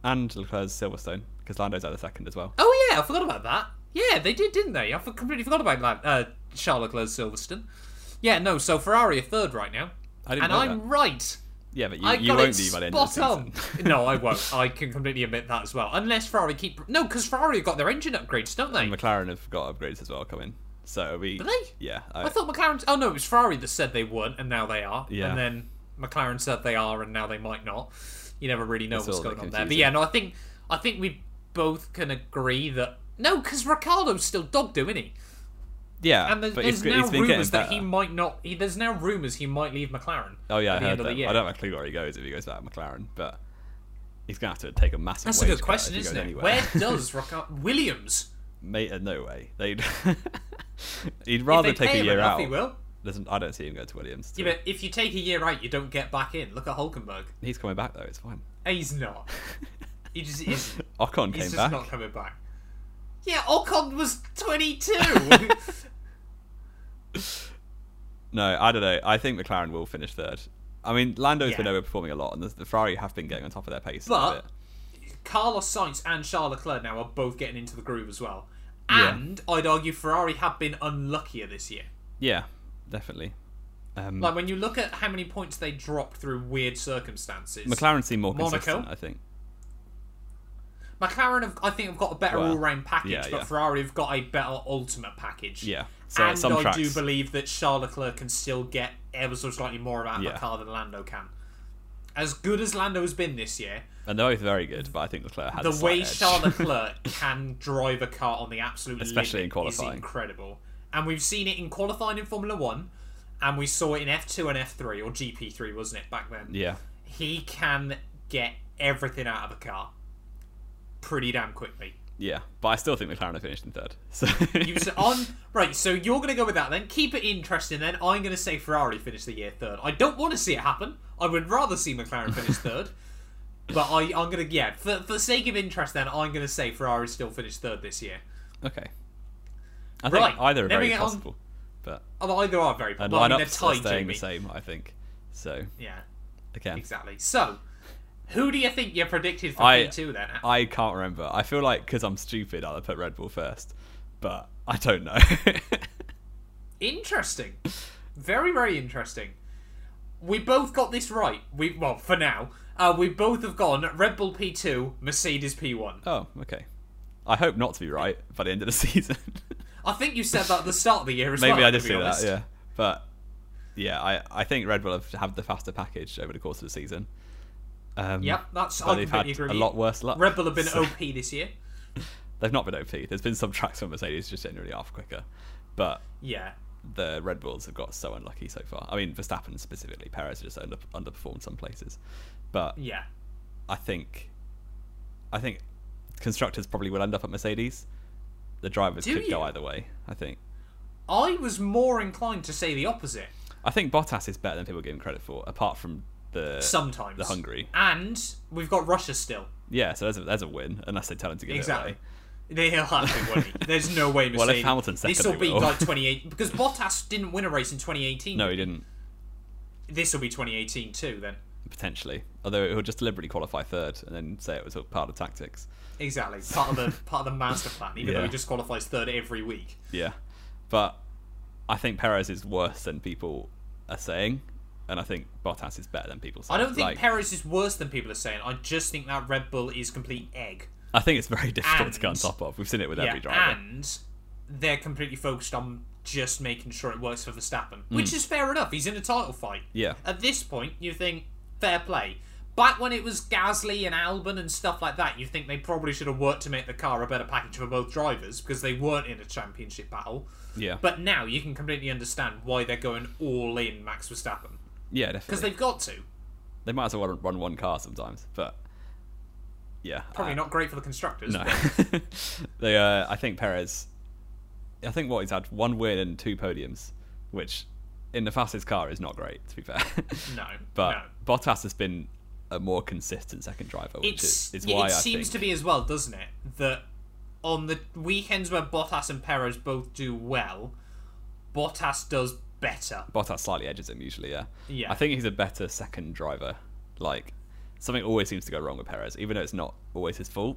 [SPEAKER 2] and Leclerc's Silverstone because Lando's out the second as well.
[SPEAKER 1] Oh yeah, I forgot about that. Yeah, they did, didn't they? I for- completely forgot about that. Uh, Charles Leclerc's Silverstone. Yeah, no. So Ferrari are third right now,
[SPEAKER 2] I didn't
[SPEAKER 1] and
[SPEAKER 2] know
[SPEAKER 1] I'm
[SPEAKER 2] that.
[SPEAKER 1] right.
[SPEAKER 2] Yeah, but you,
[SPEAKER 1] I
[SPEAKER 2] you
[SPEAKER 1] got
[SPEAKER 2] won't
[SPEAKER 1] it
[SPEAKER 2] be by the end of
[SPEAKER 1] spot
[SPEAKER 2] the season.
[SPEAKER 1] on. no, I won't. I can completely admit that as well. Unless Ferrari keep no, because Ferrari have got their engine upgrades, don't they?
[SPEAKER 2] And McLaren have got upgrades as well coming. So we.
[SPEAKER 1] Do they?
[SPEAKER 2] Yeah. I,
[SPEAKER 1] I thought McLaren. Oh no, it was Ferrari that said they would, and now they are.
[SPEAKER 2] Yeah.
[SPEAKER 1] And then McLaren said they are, and now they might not. You never really know
[SPEAKER 2] It's
[SPEAKER 1] what's
[SPEAKER 2] all a
[SPEAKER 1] going
[SPEAKER 2] bit
[SPEAKER 1] on there. But
[SPEAKER 2] confusing.
[SPEAKER 1] yeah, no, I think I think we both can agree that no, because Ricardo's still dog do, isn't he?
[SPEAKER 2] yeah.
[SPEAKER 1] And there's,
[SPEAKER 2] but
[SPEAKER 1] there's
[SPEAKER 2] it's, g-
[SPEAKER 1] now
[SPEAKER 2] it's been
[SPEAKER 1] rumours
[SPEAKER 2] getting
[SPEAKER 1] that he
[SPEAKER 2] better.
[SPEAKER 1] might not. He, there's now rumours he might leave McLaren.
[SPEAKER 2] Oh yeah, I
[SPEAKER 1] at the
[SPEAKER 2] heard
[SPEAKER 1] end of the
[SPEAKER 2] that.
[SPEAKER 1] year.
[SPEAKER 2] I don't have a clue where he goes if he goes back to McLaren, but he's gonna have to take a massive.
[SPEAKER 1] That's a
[SPEAKER 2] wage
[SPEAKER 1] good
[SPEAKER 2] cut
[SPEAKER 1] question,
[SPEAKER 2] if he
[SPEAKER 1] isn't it?
[SPEAKER 2] goes anywhere.
[SPEAKER 1] Where does Ricardo Williams?
[SPEAKER 2] Mate, uh, no way. They'd. he'd
[SPEAKER 1] If
[SPEAKER 2] rather
[SPEAKER 1] they
[SPEAKER 2] take
[SPEAKER 1] pay
[SPEAKER 2] a
[SPEAKER 1] him
[SPEAKER 2] year
[SPEAKER 1] enough,
[SPEAKER 2] out.
[SPEAKER 1] He will.
[SPEAKER 2] Doesn't I don't see him go to Williams.
[SPEAKER 1] Yeah, but if you take a year out, you don't get back in. Look at Hulkenberg.
[SPEAKER 2] He's coming back though. It's fine.
[SPEAKER 1] He's not. He just isn't.
[SPEAKER 2] Ocon
[SPEAKER 1] He's
[SPEAKER 2] came
[SPEAKER 1] just
[SPEAKER 2] back.
[SPEAKER 1] not coming back. Yeah, Ocon was 22.
[SPEAKER 2] No, I don't know. I think McLaren will finish third. I mean, Lando's been
[SPEAKER 1] Yeah.
[SPEAKER 2] overperforming a lot, and the, the Ferrari have been getting on top of their pace. a
[SPEAKER 1] But-
[SPEAKER 2] bit.
[SPEAKER 1] Carlos Sainz and Charles Leclerc now are both getting into the groove as well.
[SPEAKER 2] Yeah.
[SPEAKER 1] And I'd argue Ferrari have been unluckier this year.
[SPEAKER 2] yeah, definitely. Um,
[SPEAKER 1] Like when you look at how many points they dropped through weird circumstances,
[SPEAKER 2] McLaren seem more
[SPEAKER 1] Monaco?
[SPEAKER 2] consistent. I think.
[SPEAKER 1] McLaren have, I think have got a better
[SPEAKER 2] Well,
[SPEAKER 1] all-round package,
[SPEAKER 2] yeah,
[SPEAKER 1] but
[SPEAKER 2] yeah.
[SPEAKER 1] Ferrari have got a better ultimate package.
[SPEAKER 2] Yeah. So
[SPEAKER 1] and
[SPEAKER 2] some
[SPEAKER 1] I
[SPEAKER 2] tracks.
[SPEAKER 1] do believe that Charles Leclerc can still get ever so slightly more out of
[SPEAKER 2] Yeah.
[SPEAKER 1] a car than Lando can. As good as Lando's been this year,
[SPEAKER 2] and they're both very good, but I think Leclerc has a
[SPEAKER 1] the
[SPEAKER 2] slight
[SPEAKER 1] way
[SPEAKER 2] edge.
[SPEAKER 1] Charles Leclerc can drive a car on the absolute
[SPEAKER 2] Especially
[SPEAKER 1] limit
[SPEAKER 2] in qualifying.
[SPEAKER 1] is incredible. And we've seen it in qualifying in Formula One, and we saw it in F2 and F3 or GP3, wasn't it back then?
[SPEAKER 2] yeah.
[SPEAKER 1] He can get everything out of a car pretty damn quickly.
[SPEAKER 2] Yeah, but I still think McLaren have finished in third. So
[SPEAKER 1] You s- on right, so you're going to go with that then. Keep it interesting then. I'm going to say Ferrari finish the year third. I don't want to see it happen. I would rather see McLaren finish third. But I, I'm going to, yeah, for, for the sake of interest then, I'm going to say Ferrari still finished third this year.
[SPEAKER 2] okay, I think
[SPEAKER 1] Right,
[SPEAKER 2] either are
[SPEAKER 1] then we
[SPEAKER 2] very
[SPEAKER 1] get on-
[SPEAKER 2] possible, but
[SPEAKER 1] Although either are very
[SPEAKER 2] and
[SPEAKER 1] popular. I mean, they're
[SPEAKER 2] lineups are
[SPEAKER 1] tied,
[SPEAKER 2] staying
[SPEAKER 1] Jamie.
[SPEAKER 2] the same. I think so.
[SPEAKER 1] Yeah,
[SPEAKER 2] Again,
[SPEAKER 1] exactly. So, who do you think you predicted for
[SPEAKER 2] I-
[SPEAKER 1] P2 then?
[SPEAKER 2] I can't remember. I feel like because I'm stupid, I'll put Red Bull first, but I don't know.
[SPEAKER 1] Interesting. Very, very interesting. We both got this right. We well, for now, uh, we both have gone Red Bull P2, Mercedes P1.
[SPEAKER 2] oh, okay. I hope not to be right by the end of the season.
[SPEAKER 1] I think you said that at the start of the year as
[SPEAKER 2] Maybe
[SPEAKER 1] well.
[SPEAKER 2] I
[SPEAKER 1] to
[SPEAKER 2] did
[SPEAKER 1] be
[SPEAKER 2] say that.
[SPEAKER 1] honest.
[SPEAKER 2] Yeah, but yeah, I I think Red Bull have have the faster package over the course of the season. Um,
[SPEAKER 1] Yep, that's
[SPEAKER 2] but
[SPEAKER 1] I
[SPEAKER 2] they've
[SPEAKER 1] completely
[SPEAKER 2] had
[SPEAKER 1] agree.
[SPEAKER 2] a
[SPEAKER 1] with you.
[SPEAKER 2] lot worse luck.
[SPEAKER 1] Red Bull have been
[SPEAKER 2] so-
[SPEAKER 1] OP this year.
[SPEAKER 2] They've not been OP. There's been some tracks where Mercedes just generally off quicker, but
[SPEAKER 1] Yeah.
[SPEAKER 2] the Red Bulls have got so unlucky so far. I mean, Verstappen specifically, Perez just under, underperformed some places, but
[SPEAKER 1] Yeah.
[SPEAKER 2] I think, I think constructors probably will end up at Mercedes. The drivers
[SPEAKER 1] Do
[SPEAKER 2] could go
[SPEAKER 1] you?
[SPEAKER 2] either way. I think.
[SPEAKER 1] I was more inclined to say the opposite
[SPEAKER 2] I think Bottas is better than people give him credit for, apart from the
[SPEAKER 1] sometimes.
[SPEAKER 2] the Hungary.
[SPEAKER 1] And we've got Russia still.
[SPEAKER 2] Yeah, so there's a, there's a win unless they tell him to give
[SPEAKER 1] Exactly.
[SPEAKER 2] it away.
[SPEAKER 1] They- He'll have to win. it. There's no way
[SPEAKER 2] Well, if
[SPEAKER 1] Mercedes.
[SPEAKER 2] Hamilton's second,
[SPEAKER 1] this will
[SPEAKER 2] they
[SPEAKER 1] be
[SPEAKER 2] will.
[SPEAKER 1] like 28 because Bottas didn't win a race in 2018.
[SPEAKER 2] No, he didn't
[SPEAKER 1] this will be 2018 too. Then
[SPEAKER 2] potentially. Although he'll just deliberately qualify third and then say it was all part of tactics.
[SPEAKER 1] exactly part of the part of the master plan. Even though
[SPEAKER 2] Yeah.
[SPEAKER 1] he just qualifies third every week.
[SPEAKER 2] Yeah, but I think Perez is worse than people are saying, and I think Bottas is better than people. Say.
[SPEAKER 1] I don't think
[SPEAKER 2] Like,
[SPEAKER 1] Perez is worse than people are saying. I just think that Red Bull is complete egg.
[SPEAKER 2] I think it's very difficult to get on
[SPEAKER 1] And-
[SPEAKER 2] top of. We've seen it with
[SPEAKER 1] Yeah,
[SPEAKER 2] every driver.
[SPEAKER 1] and they're completely focused on just making sure it works for Verstappen, which is fair enough. He's in a title fight.
[SPEAKER 2] Mm. Yeah,
[SPEAKER 1] At this point, you think fair play. Back when it was Gasly and Albon and stuff like that, you think they probably should have worked to make the car a better package for both drivers because they weren't in a championship battle.
[SPEAKER 2] yeah,
[SPEAKER 1] But now you can completely understand why they're going all in Max Verstappen
[SPEAKER 2] yeah,
[SPEAKER 1] because
[SPEAKER 2] definitely.
[SPEAKER 1] they've got to.
[SPEAKER 2] They might as well run, run one car sometimes, but yeah,
[SPEAKER 1] Probably
[SPEAKER 2] I-
[SPEAKER 1] not great for the constructors.
[SPEAKER 2] Uh, No,
[SPEAKER 1] but-
[SPEAKER 2] they. Uh, I think Perez. I think what he's had one win and two podiums, which in the fastest car is not great to be fair.
[SPEAKER 1] no.
[SPEAKER 2] but
[SPEAKER 1] no.
[SPEAKER 2] Bottas has been a more consistent second driver, which
[SPEAKER 1] It's,
[SPEAKER 2] is, is
[SPEAKER 1] yeah,
[SPEAKER 2] why
[SPEAKER 1] it
[SPEAKER 2] I
[SPEAKER 1] seems
[SPEAKER 2] think.
[SPEAKER 1] to be as well, doesn't it? That on the weekends where Bottas and Perez both do well, Bottas does better.
[SPEAKER 2] Bottas slightly edges him usually, yeah.
[SPEAKER 1] Yeah.
[SPEAKER 2] I think he's a better second driver. Like something always seems to go wrong with Perez, even though it's not always his fault.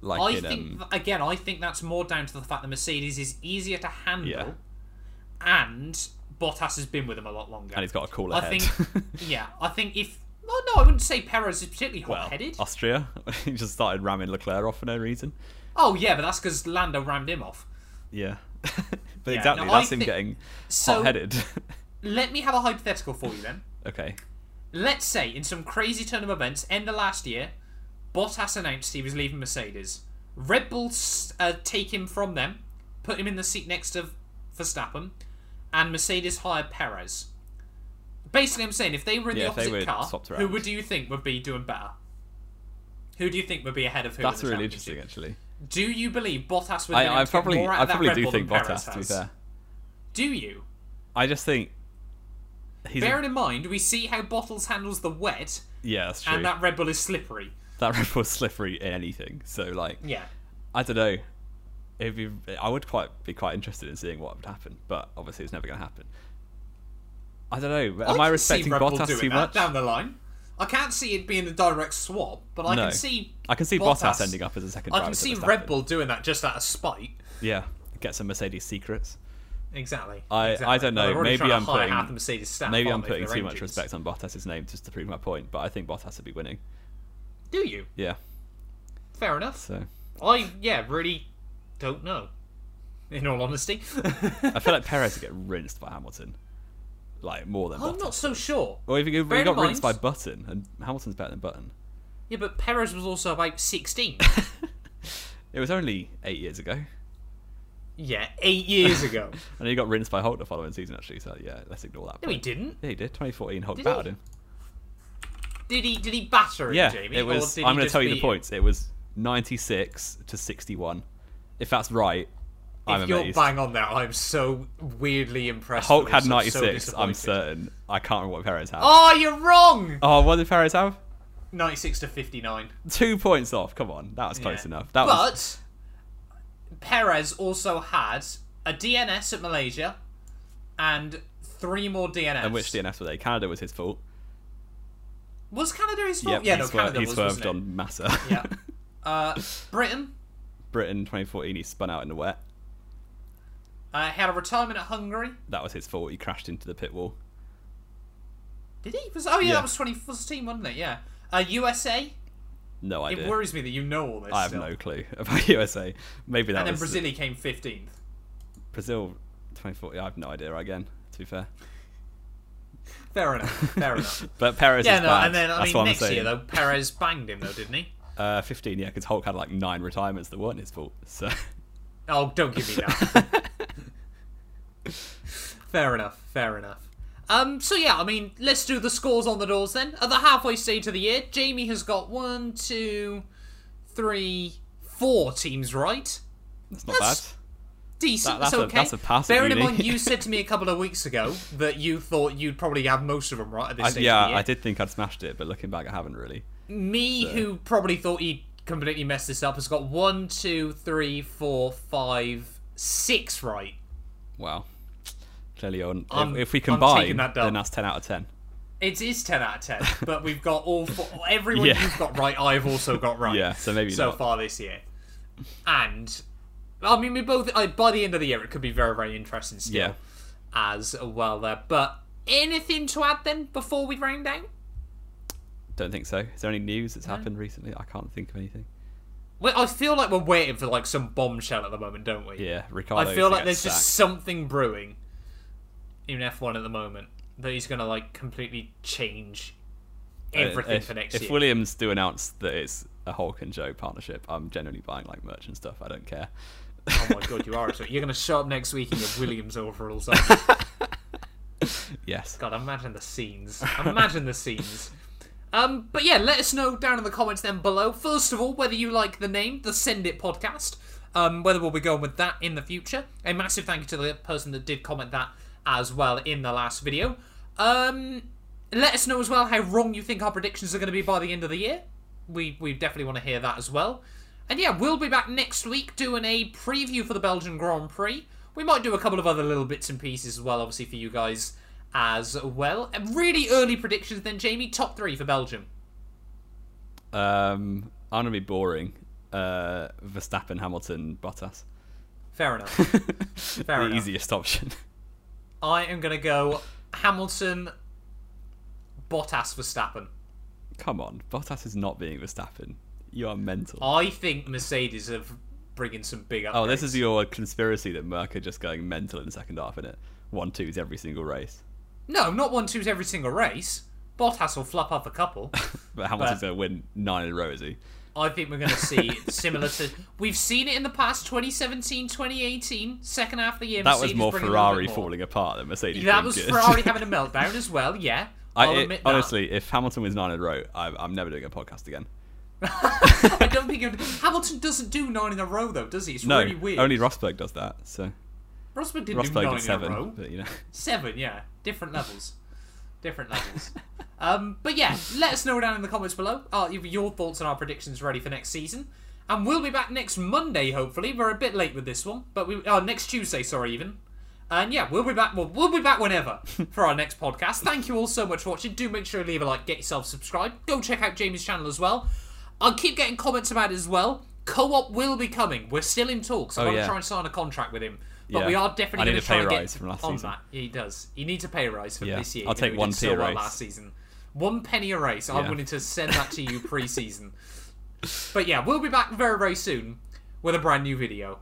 [SPEAKER 2] Like
[SPEAKER 1] I
[SPEAKER 2] in,
[SPEAKER 1] think
[SPEAKER 2] um,
[SPEAKER 1] th- again, I think that's more down to the fact that Mercedes is easier to handle,
[SPEAKER 2] Yeah.
[SPEAKER 1] and Bottas has been with them a lot longer.
[SPEAKER 2] and he's got a cooler
[SPEAKER 1] I
[SPEAKER 2] head.
[SPEAKER 1] think, yeah, I think if well, no, I wouldn't say Perez is particularly
[SPEAKER 2] well, uh,
[SPEAKER 1] hot-headed.
[SPEAKER 2] Austria, he just started ramming Leclerc off for no reason.
[SPEAKER 1] oh yeah, but that's because Lando rammed him off.
[SPEAKER 2] Yeah, but
[SPEAKER 1] Yeah,
[SPEAKER 2] exactly
[SPEAKER 1] no, I
[SPEAKER 2] that's him
[SPEAKER 1] think-
[SPEAKER 2] getting
[SPEAKER 1] so-
[SPEAKER 2] hot-headed.
[SPEAKER 1] Let me have a hypothetical for you then.
[SPEAKER 2] okay,
[SPEAKER 1] Let's say in some crazy turn of events, end of last year, Bottas announced he was leaving Mercedes. Red Bull s- uh, take him from them, put him in the seat next to Verstappen, and Mercedes hired Perez. Basically, I'm saying if they were in the
[SPEAKER 2] Yeah, if they
[SPEAKER 1] opposite
[SPEAKER 2] were
[SPEAKER 1] car,
[SPEAKER 2] swapped
[SPEAKER 1] who
[SPEAKER 2] around.
[SPEAKER 1] would do you think would be doing better? Who do you think would be ahead of who?
[SPEAKER 2] that's
[SPEAKER 1] in the
[SPEAKER 2] really
[SPEAKER 1] championship?
[SPEAKER 2] interesting actually.
[SPEAKER 1] Do you believe Bottas would? be able
[SPEAKER 2] I,
[SPEAKER 1] to
[SPEAKER 2] I
[SPEAKER 1] get
[SPEAKER 2] probably,
[SPEAKER 1] more out
[SPEAKER 2] I
[SPEAKER 1] of that
[SPEAKER 2] probably
[SPEAKER 1] Red
[SPEAKER 2] do
[SPEAKER 1] Bull
[SPEAKER 2] think
[SPEAKER 1] than
[SPEAKER 2] Bottas.
[SPEAKER 1] Perez
[SPEAKER 2] To be
[SPEAKER 1] has?
[SPEAKER 2] fair,
[SPEAKER 1] Do you?
[SPEAKER 2] I just think he's a-
[SPEAKER 1] Bearing in mind, we see how Bottles handles the wet,
[SPEAKER 2] yeah, that's true.
[SPEAKER 1] and that Red Bull is slippery.
[SPEAKER 2] that Red Bull's slippery in anything. So like,
[SPEAKER 1] Yeah.
[SPEAKER 2] I don't know. If you, I would quite be quite interested in seeing what would happen, but obviously it's never going to happen. I don't know. Am
[SPEAKER 1] I
[SPEAKER 2] I,
[SPEAKER 1] can see
[SPEAKER 2] respecting
[SPEAKER 1] Red Bull doing
[SPEAKER 2] Bottas too
[SPEAKER 1] that
[SPEAKER 2] much?
[SPEAKER 1] down the line? I can't see it being a direct swap, but I
[SPEAKER 2] No.
[SPEAKER 1] can see.
[SPEAKER 2] I can see Bottas,
[SPEAKER 1] Bottas-
[SPEAKER 2] ending up as a second.
[SPEAKER 1] I
[SPEAKER 2] driver
[SPEAKER 1] can
[SPEAKER 2] to
[SPEAKER 1] see
[SPEAKER 2] Verstappen.
[SPEAKER 1] Red Bull doing that just out of spite.
[SPEAKER 2] Yeah, get some Mercedes secrets.
[SPEAKER 1] Exactly.
[SPEAKER 2] I- I
[SPEAKER 1] exactly.
[SPEAKER 2] don't
[SPEAKER 1] Well,
[SPEAKER 2] know.
[SPEAKER 1] they're already
[SPEAKER 2] Maybe
[SPEAKER 1] trying to
[SPEAKER 2] I'm
[SPEAKER 1] hire
[SPEAKER 2] putting-
[SPEAKER 1] half the Mercedes staff,
[SPEAKER 2] Maybe I'm
[SPEAKER 1] aren't they, for
[SPEAKER 2] putting too
[SPEAKER 1] their
[SPEAKER 2] much
[SPEAKER 1] engines?
[SPEAKER 2] respect on Bottas's name just to prove my point, but I think Bottas would be winning.
[SPEAKER 1] Do you?
[SPEAKER 2] Yeah,
[SPEAKER 1] Fair enough.
[SPEAKER 2] so
[SPEAKER 1] I yeah really don't know. In all honesty,
[SPEAKER 2] I feel like Perez would get rinsed by Hamilton, like more than
[SPEAKER 1] I'm
[SPEAKER 2] Bottas.
[SPEAKER 1] not so sure.
[SPEAKER 2] Or if he got
[SPEAKER 1] Bear in
[SPEAKER 2] got rinsed by
[SPEAKER 1] mind-
[SPEAKER 2] Button, and Hamilton's better than Button.
[SPEAKER 1] Yeah, but Perez was also about 16.
[SPEAKER 2] It was only eight years ago,
[SPEAKER 1] yeah, eight years ago.
[SPEAKER 2] and he got rinsed by Holt the following season. Actually, so yeah, let's ignore that.
[SPEAKER 1] No, he
[SPEAKER 2] point.
[SPEAKER 1] didn't.
[SPEAKER 2] Yeah, he did. 2014, Holt
[SPEAKER 1] Did
[SPEAKER 2] battered
[SPEAKER 1] he?
[SPEAKER 2] him.
[SPEAKER 1] Did he? Did he batter him,
[SPEAKER 2] Yeah,
[SPEAKER 1] Jamie?
[SPEAKER 2] it
[SPEAKER 1] or
[SPEAKER 2] was.
[SPEAKER 1] did he
[SPEAKER 2] I'm going to
[SPEAKER 1] just
[SPEAKER 2] tell you the
[SPEAKER 1] beat him?
[SPEAKER 2] points. It was 96 to 61. If that's right, I'm
[SPEAKER 1] if you're
[SPEAKER 2] amazed.
[SPEAKER 1] bang on that, I'm so weirdly impressed.
[SPEAKER 2] Hulk
[SPEAKER 1] with
[SPEAKER 2] had
[SPEAKER 1] this. I'm so
[SPEAKER 2] 96. I'm
[SPEAKER 1] disappointed.
[SPEAKER 2] certain. I can't remember what Perez had.
[SPEAKER 1] Oh, you're wrong.
[SPEAKER 2] Oh, what did Perez have?
[SPEAKER 1] 96 to 59.
[SPEAKER 2] Two points off. Come on, that was close
[SPEAKER 1] Yeah.
[SPEAKER 2] enough. That
[SPEAKER 1] but
[SPEAKER 2] was
[SPEAKER 1] Perez also had a DNS at Malaysia and three more DNS.
[SPEAKER 2] and which DNF were they? Canada was his fault.
[SPEAKER 1] was Canada his fault?
[SPEAKER 2] Yep,
[SPEAKER 1] Oh, yeah,
[SPEAKER 2] he
[SPEAKER 1] no,
[SPEAKER 2] swerved,
[SPEAKER 1] Canada
[SPEAKER 2] he
[SPEAKER 1] was.
[SPEAKER 2] swerved
[SPEAKER 1] Wasn't it?
[SPEAKER 2] on Massa.
[SPEAKER 1] Yeah. Uh, Britain
[SPEAKER 2] Britain 2014, he spun out in the wet.
[SPEAKER 1] uh, had a retirement at Hungary.
[SPEAKER 2] That was his fault. He crashed into the pit wall.
[SPEAKER 1] Did he? Was, oh yeah,
[SPEAKER 2] Yeah.
[SPEAKER 1] that was 2014, wasn't it? Yeah. Uh, USA.
[SPEAKER 2] No
[SPEAKER 1] It
[SPEAKER 2] idea.
[SPEAKER 1] worries me that you know all this.
[SPEAKER 2] I have
[SPEAKER 1] still.
[SPEAKER 2] no clue about USA. Maybe that
[SPEAKER 1] And then
[SPEAKER 2] was
[SPEAKER 1] Brazil came 15th.
[SPEAKER 2] Brazil 2014. I have no idea again. To be fair,
[SPEAKER 1] Fair enough. Fair enough.
[SPEAKER 2] but Perez
[SPEAKER 1] Yeah,
[SPEAKER 2] is
[SPEAKER 1] no,
[SPEAKER 2] bad.
[SPEAKER 1] and then I
[SPEAKER 2] That's
[SPEAKER 1] mean
[SPEAKER 2] what I'm
[SPEAKER 1] next
[SPEAKER 2] saying.
[SPEAKER 1] year though, Perez banged him though, didn't he?
[SPEAKER 2] Uh, 15, yeah, because Hulk had like nine retirements that weren't his fault. So
[SPEAKER 1] Oh, don't give me that. fair enough. Fair enough. Um, so yeah, I mean, let's do the scores on the doors then. At the halfway stage of the year, Jamie has got one, two, three, four teams right.
[SPEAKER 2] that's not
[SPEAKER 1] That's-
[SPEAKER 2] bad.
[SPEAKER 1] Decent.
[SPEAKER 2] That- that's
[SPEAKER 1] that's
[SPEAKER 2] a-
[SPEAKER 1] okay.
[SPEAKER 2] that's a pass at
[SPEAKER 1] Bearing in
[SPEAKER 2] uni.
[SPEAKER 1] mind, you said to me a couple of weeks ago that you thought you'd probably have most of them right at this
[SPEAKER 2] I-
[SPEAKER 1] stage. of the
[SPEAKER 2] yeah,
[SPEAKER 1] year.
[SPEAKER 2] I did think I'd smashed it, but looking back, I haven't really.
[SPEAKER 1] Me, who probably thought he'd completely messed this up, has got one, two, three, four, five, six right.
[SPEAKER 2] Wow. Clearly, on if,
[SPEAKER 1] I'm-
[SPEAKER 2] if we
[SPEAKER 1] I'm taking
[SPEAKER 2] combine,
[SPEAKER 1] that down.
[SPEAKER 2] then that's 10 out of 10.
[SPEAKER 1] It is ten out of ten, but we've got all four, everyone
[SPEAKER 2] Yeah.
[SPEAKER 1] you've got right. I've also got right.
[SPEAKER 2] Yeah, so maybe
[SPEAKER 1] so
[SPEAKER 2] not.
[SPEAKER 1] far this year, and I mean we both. I, by the end of the year, it could be very, very interesting still
[SPEAKER 2] Yeah.
[SPEAKER 1] as well there. But anything to add then before we round out?
[SPEAKER 2] Don't think so. Is there any news that's happened recently? I can't think of anything.
[SPEAKER 1] Well, I feel like we're waiting for like some bombshell at the moment, don't we?
[SPEAKER 2] Yeah, Ricardo.
[SPEAKER 1] I feel
[SPEAKER 2] to
[SPEAKER 1] like
[SPEAKER 2] get
[SPEAKER 1] there's just
[SPEAKER 2] sacked.
[SPEAKER 1] something brewing in F1 at the moment that he's going to like completely change everything
[SPEAKER 2] Uh, if,
[SPEAKER 1] for next
[SPEAKER 2] if
[SPEAKER 1] year.
[SPEAKER 2] Williams do announce that it's a Hulk and Joe partnership, I'm generally buying like merch and stuff. I don't care.
[SPEAKER 1] Oh my god, you are! So you're going to show up next week in your Williams overalls. aren't you?
[SPEAKER 2] Yes.
[SPEAKER 1] god, imagine the scenes. Imagine the scenes. Um, but yeah, let us know down in the comments then below. First of all, whether you like the name, the Send It podcast, um, whether we'll be going with that in the future. A massive thank you to the person that did comment that as well in the last video. Um, let us know as well how wrong you think our predictions are going to be by the end of the year. We we definitely want to hear that as well. And yeah, we'll be back next week doing a preview for the Belgian Grand Prix. We might do a couple of other little bits and pieces as well, obviously for you guys as well. And really early predictions then, Jamie. Top three for Belgium.
[SPEAKER 2] Um, I'm gonna be boring. Uh, Verstappen, Hamilton, Bottas.
[SPEAKER 1] Fair enough.
[SPEAKER 2] the
[SPEAKER 1] enough.
[SPEAKER 2] easiest option.
[SPEAKER 1] I am going to go Hamilton, Bottas, Verstappen.
[SPEAKER 2] Come on, Bottas is not being Verstappen. You are mental. Oh,
[SPEAKER 1] I think Mercedes are bringing some big upgrades.
[SPEAKER 2] this is your conspiracy that Merck are just going mental in the second half, isn't it? One twos every single race,
[SPEAKER 1] No, not one twos every single race. Bottas will flop up a couple.
[SPEAKER 2] but Hamilton's gonna win nine in a row, is he?
[SPEAKER 1] I think we're going to see similar to. We've seen it in the past 2017, 2018, second half of the year.
[SPEAKER 2] That
[SPEAKER 1] Mercedes
[SPEAKER 2] was more
[SPEAKER 1] bringing a little
[SPEAKER 2] Ferrari
[SPEAKER 1] bit more.
[SPEAKER 2] falling apart than Mercedes.
[SPEAKER 1] That
[SPEAKER 2] being
[SPEAKER 1] was
[SPEAKER 2] good.
[SPEAKER 1] Ferrari having a meltdown as well, yeah.
[SPEAKER 2] I,
[SPEAKER 1] I'll
[SPEAKER 2] it-
[SPEAKER 1] admit that.
[SPEAKER 2] honestly, if Hamilton wins nine in a row, I, I'm never doing a podcast again.
[SPEAKER 1] I don't think it would, Hamilton doesn't do nine in a row though, does he? It's
[SPEAKER 2] No,
[SPEAKER 1] really weird.
[SPEAKER 2] only Rosberg does that. So
[SPEAKER 1] Rosberg didn't do
[SPEAKER 2] Rosberg
[SPEAKER 1] nine
[SPEAKER 2] did
[SPEAKER 1] in
[SPEAKER 2] seven,
[SPEAKER 1] a row.
[SPEAKER 2] but you know.
[SPEAKER 1] Seven, yeah, different levels, different levels. um, but yeah, let us know down in the comments below uh, your- your thoughts on our predictions ready for next season, and we'll be back next Monday. Hopefully, we're a bit late with this one, but we oh, next Tuesday, sorry, even. And yeah, we'll be back. Well, we'll be back whenever for our next podcast. Thank you all so much for watching. Do make sure you leave a like, get yourself subscribed. Go check out Jamie's channel as well. I'll keep getting comments about it as well. Co-op will be coming. We're still in talks. I
[SPEAKER 2] Oh,
[SPEAKER 1] want to
[SPEAKER 2] yeah.
[SPEAKER 1] try and sign a contract with him, but
[SPEAKER 2] Yeah.
[SPEAKER 1] we are
[SPEAKER 2] I
[SPEAKER 1] definitely
[SPEAKER 2] need
[SPEAKER 1] going
[SPEAKER 2] a
[SPEAKER 1] to
[SPEAKER 2] pay
[SPEAKER 1] try and
[SPEAKER 2] rise
[SPEAKER 1] get
[SPEAKER 2] from last
[SPEAKER 1] on
[SPEAKER 2] season.
[SPEAKER 1] that. He does. He needs a pay rise for
[SPEAKER 2] Yeah.
[SPEAKER 1] this year.
[SPEAKER 2] I'll
[SPEAKER 1] even though
[SPEAKER 2] take
[SPEAKER 1] he
[SPEAKER 2] one
[SPEAKER 1] did so
[SPEAKER 2] pay
[SPEAKER 1] well
[SPEAKER 2] rise.
[SPEAKER 1] last season. One penny a race. I'm
[SPEAKER 2] Yeah.
[SPEAKER 1] willing to send that to you pre-season. but yeah, we'll be back very very soon with a brand new video.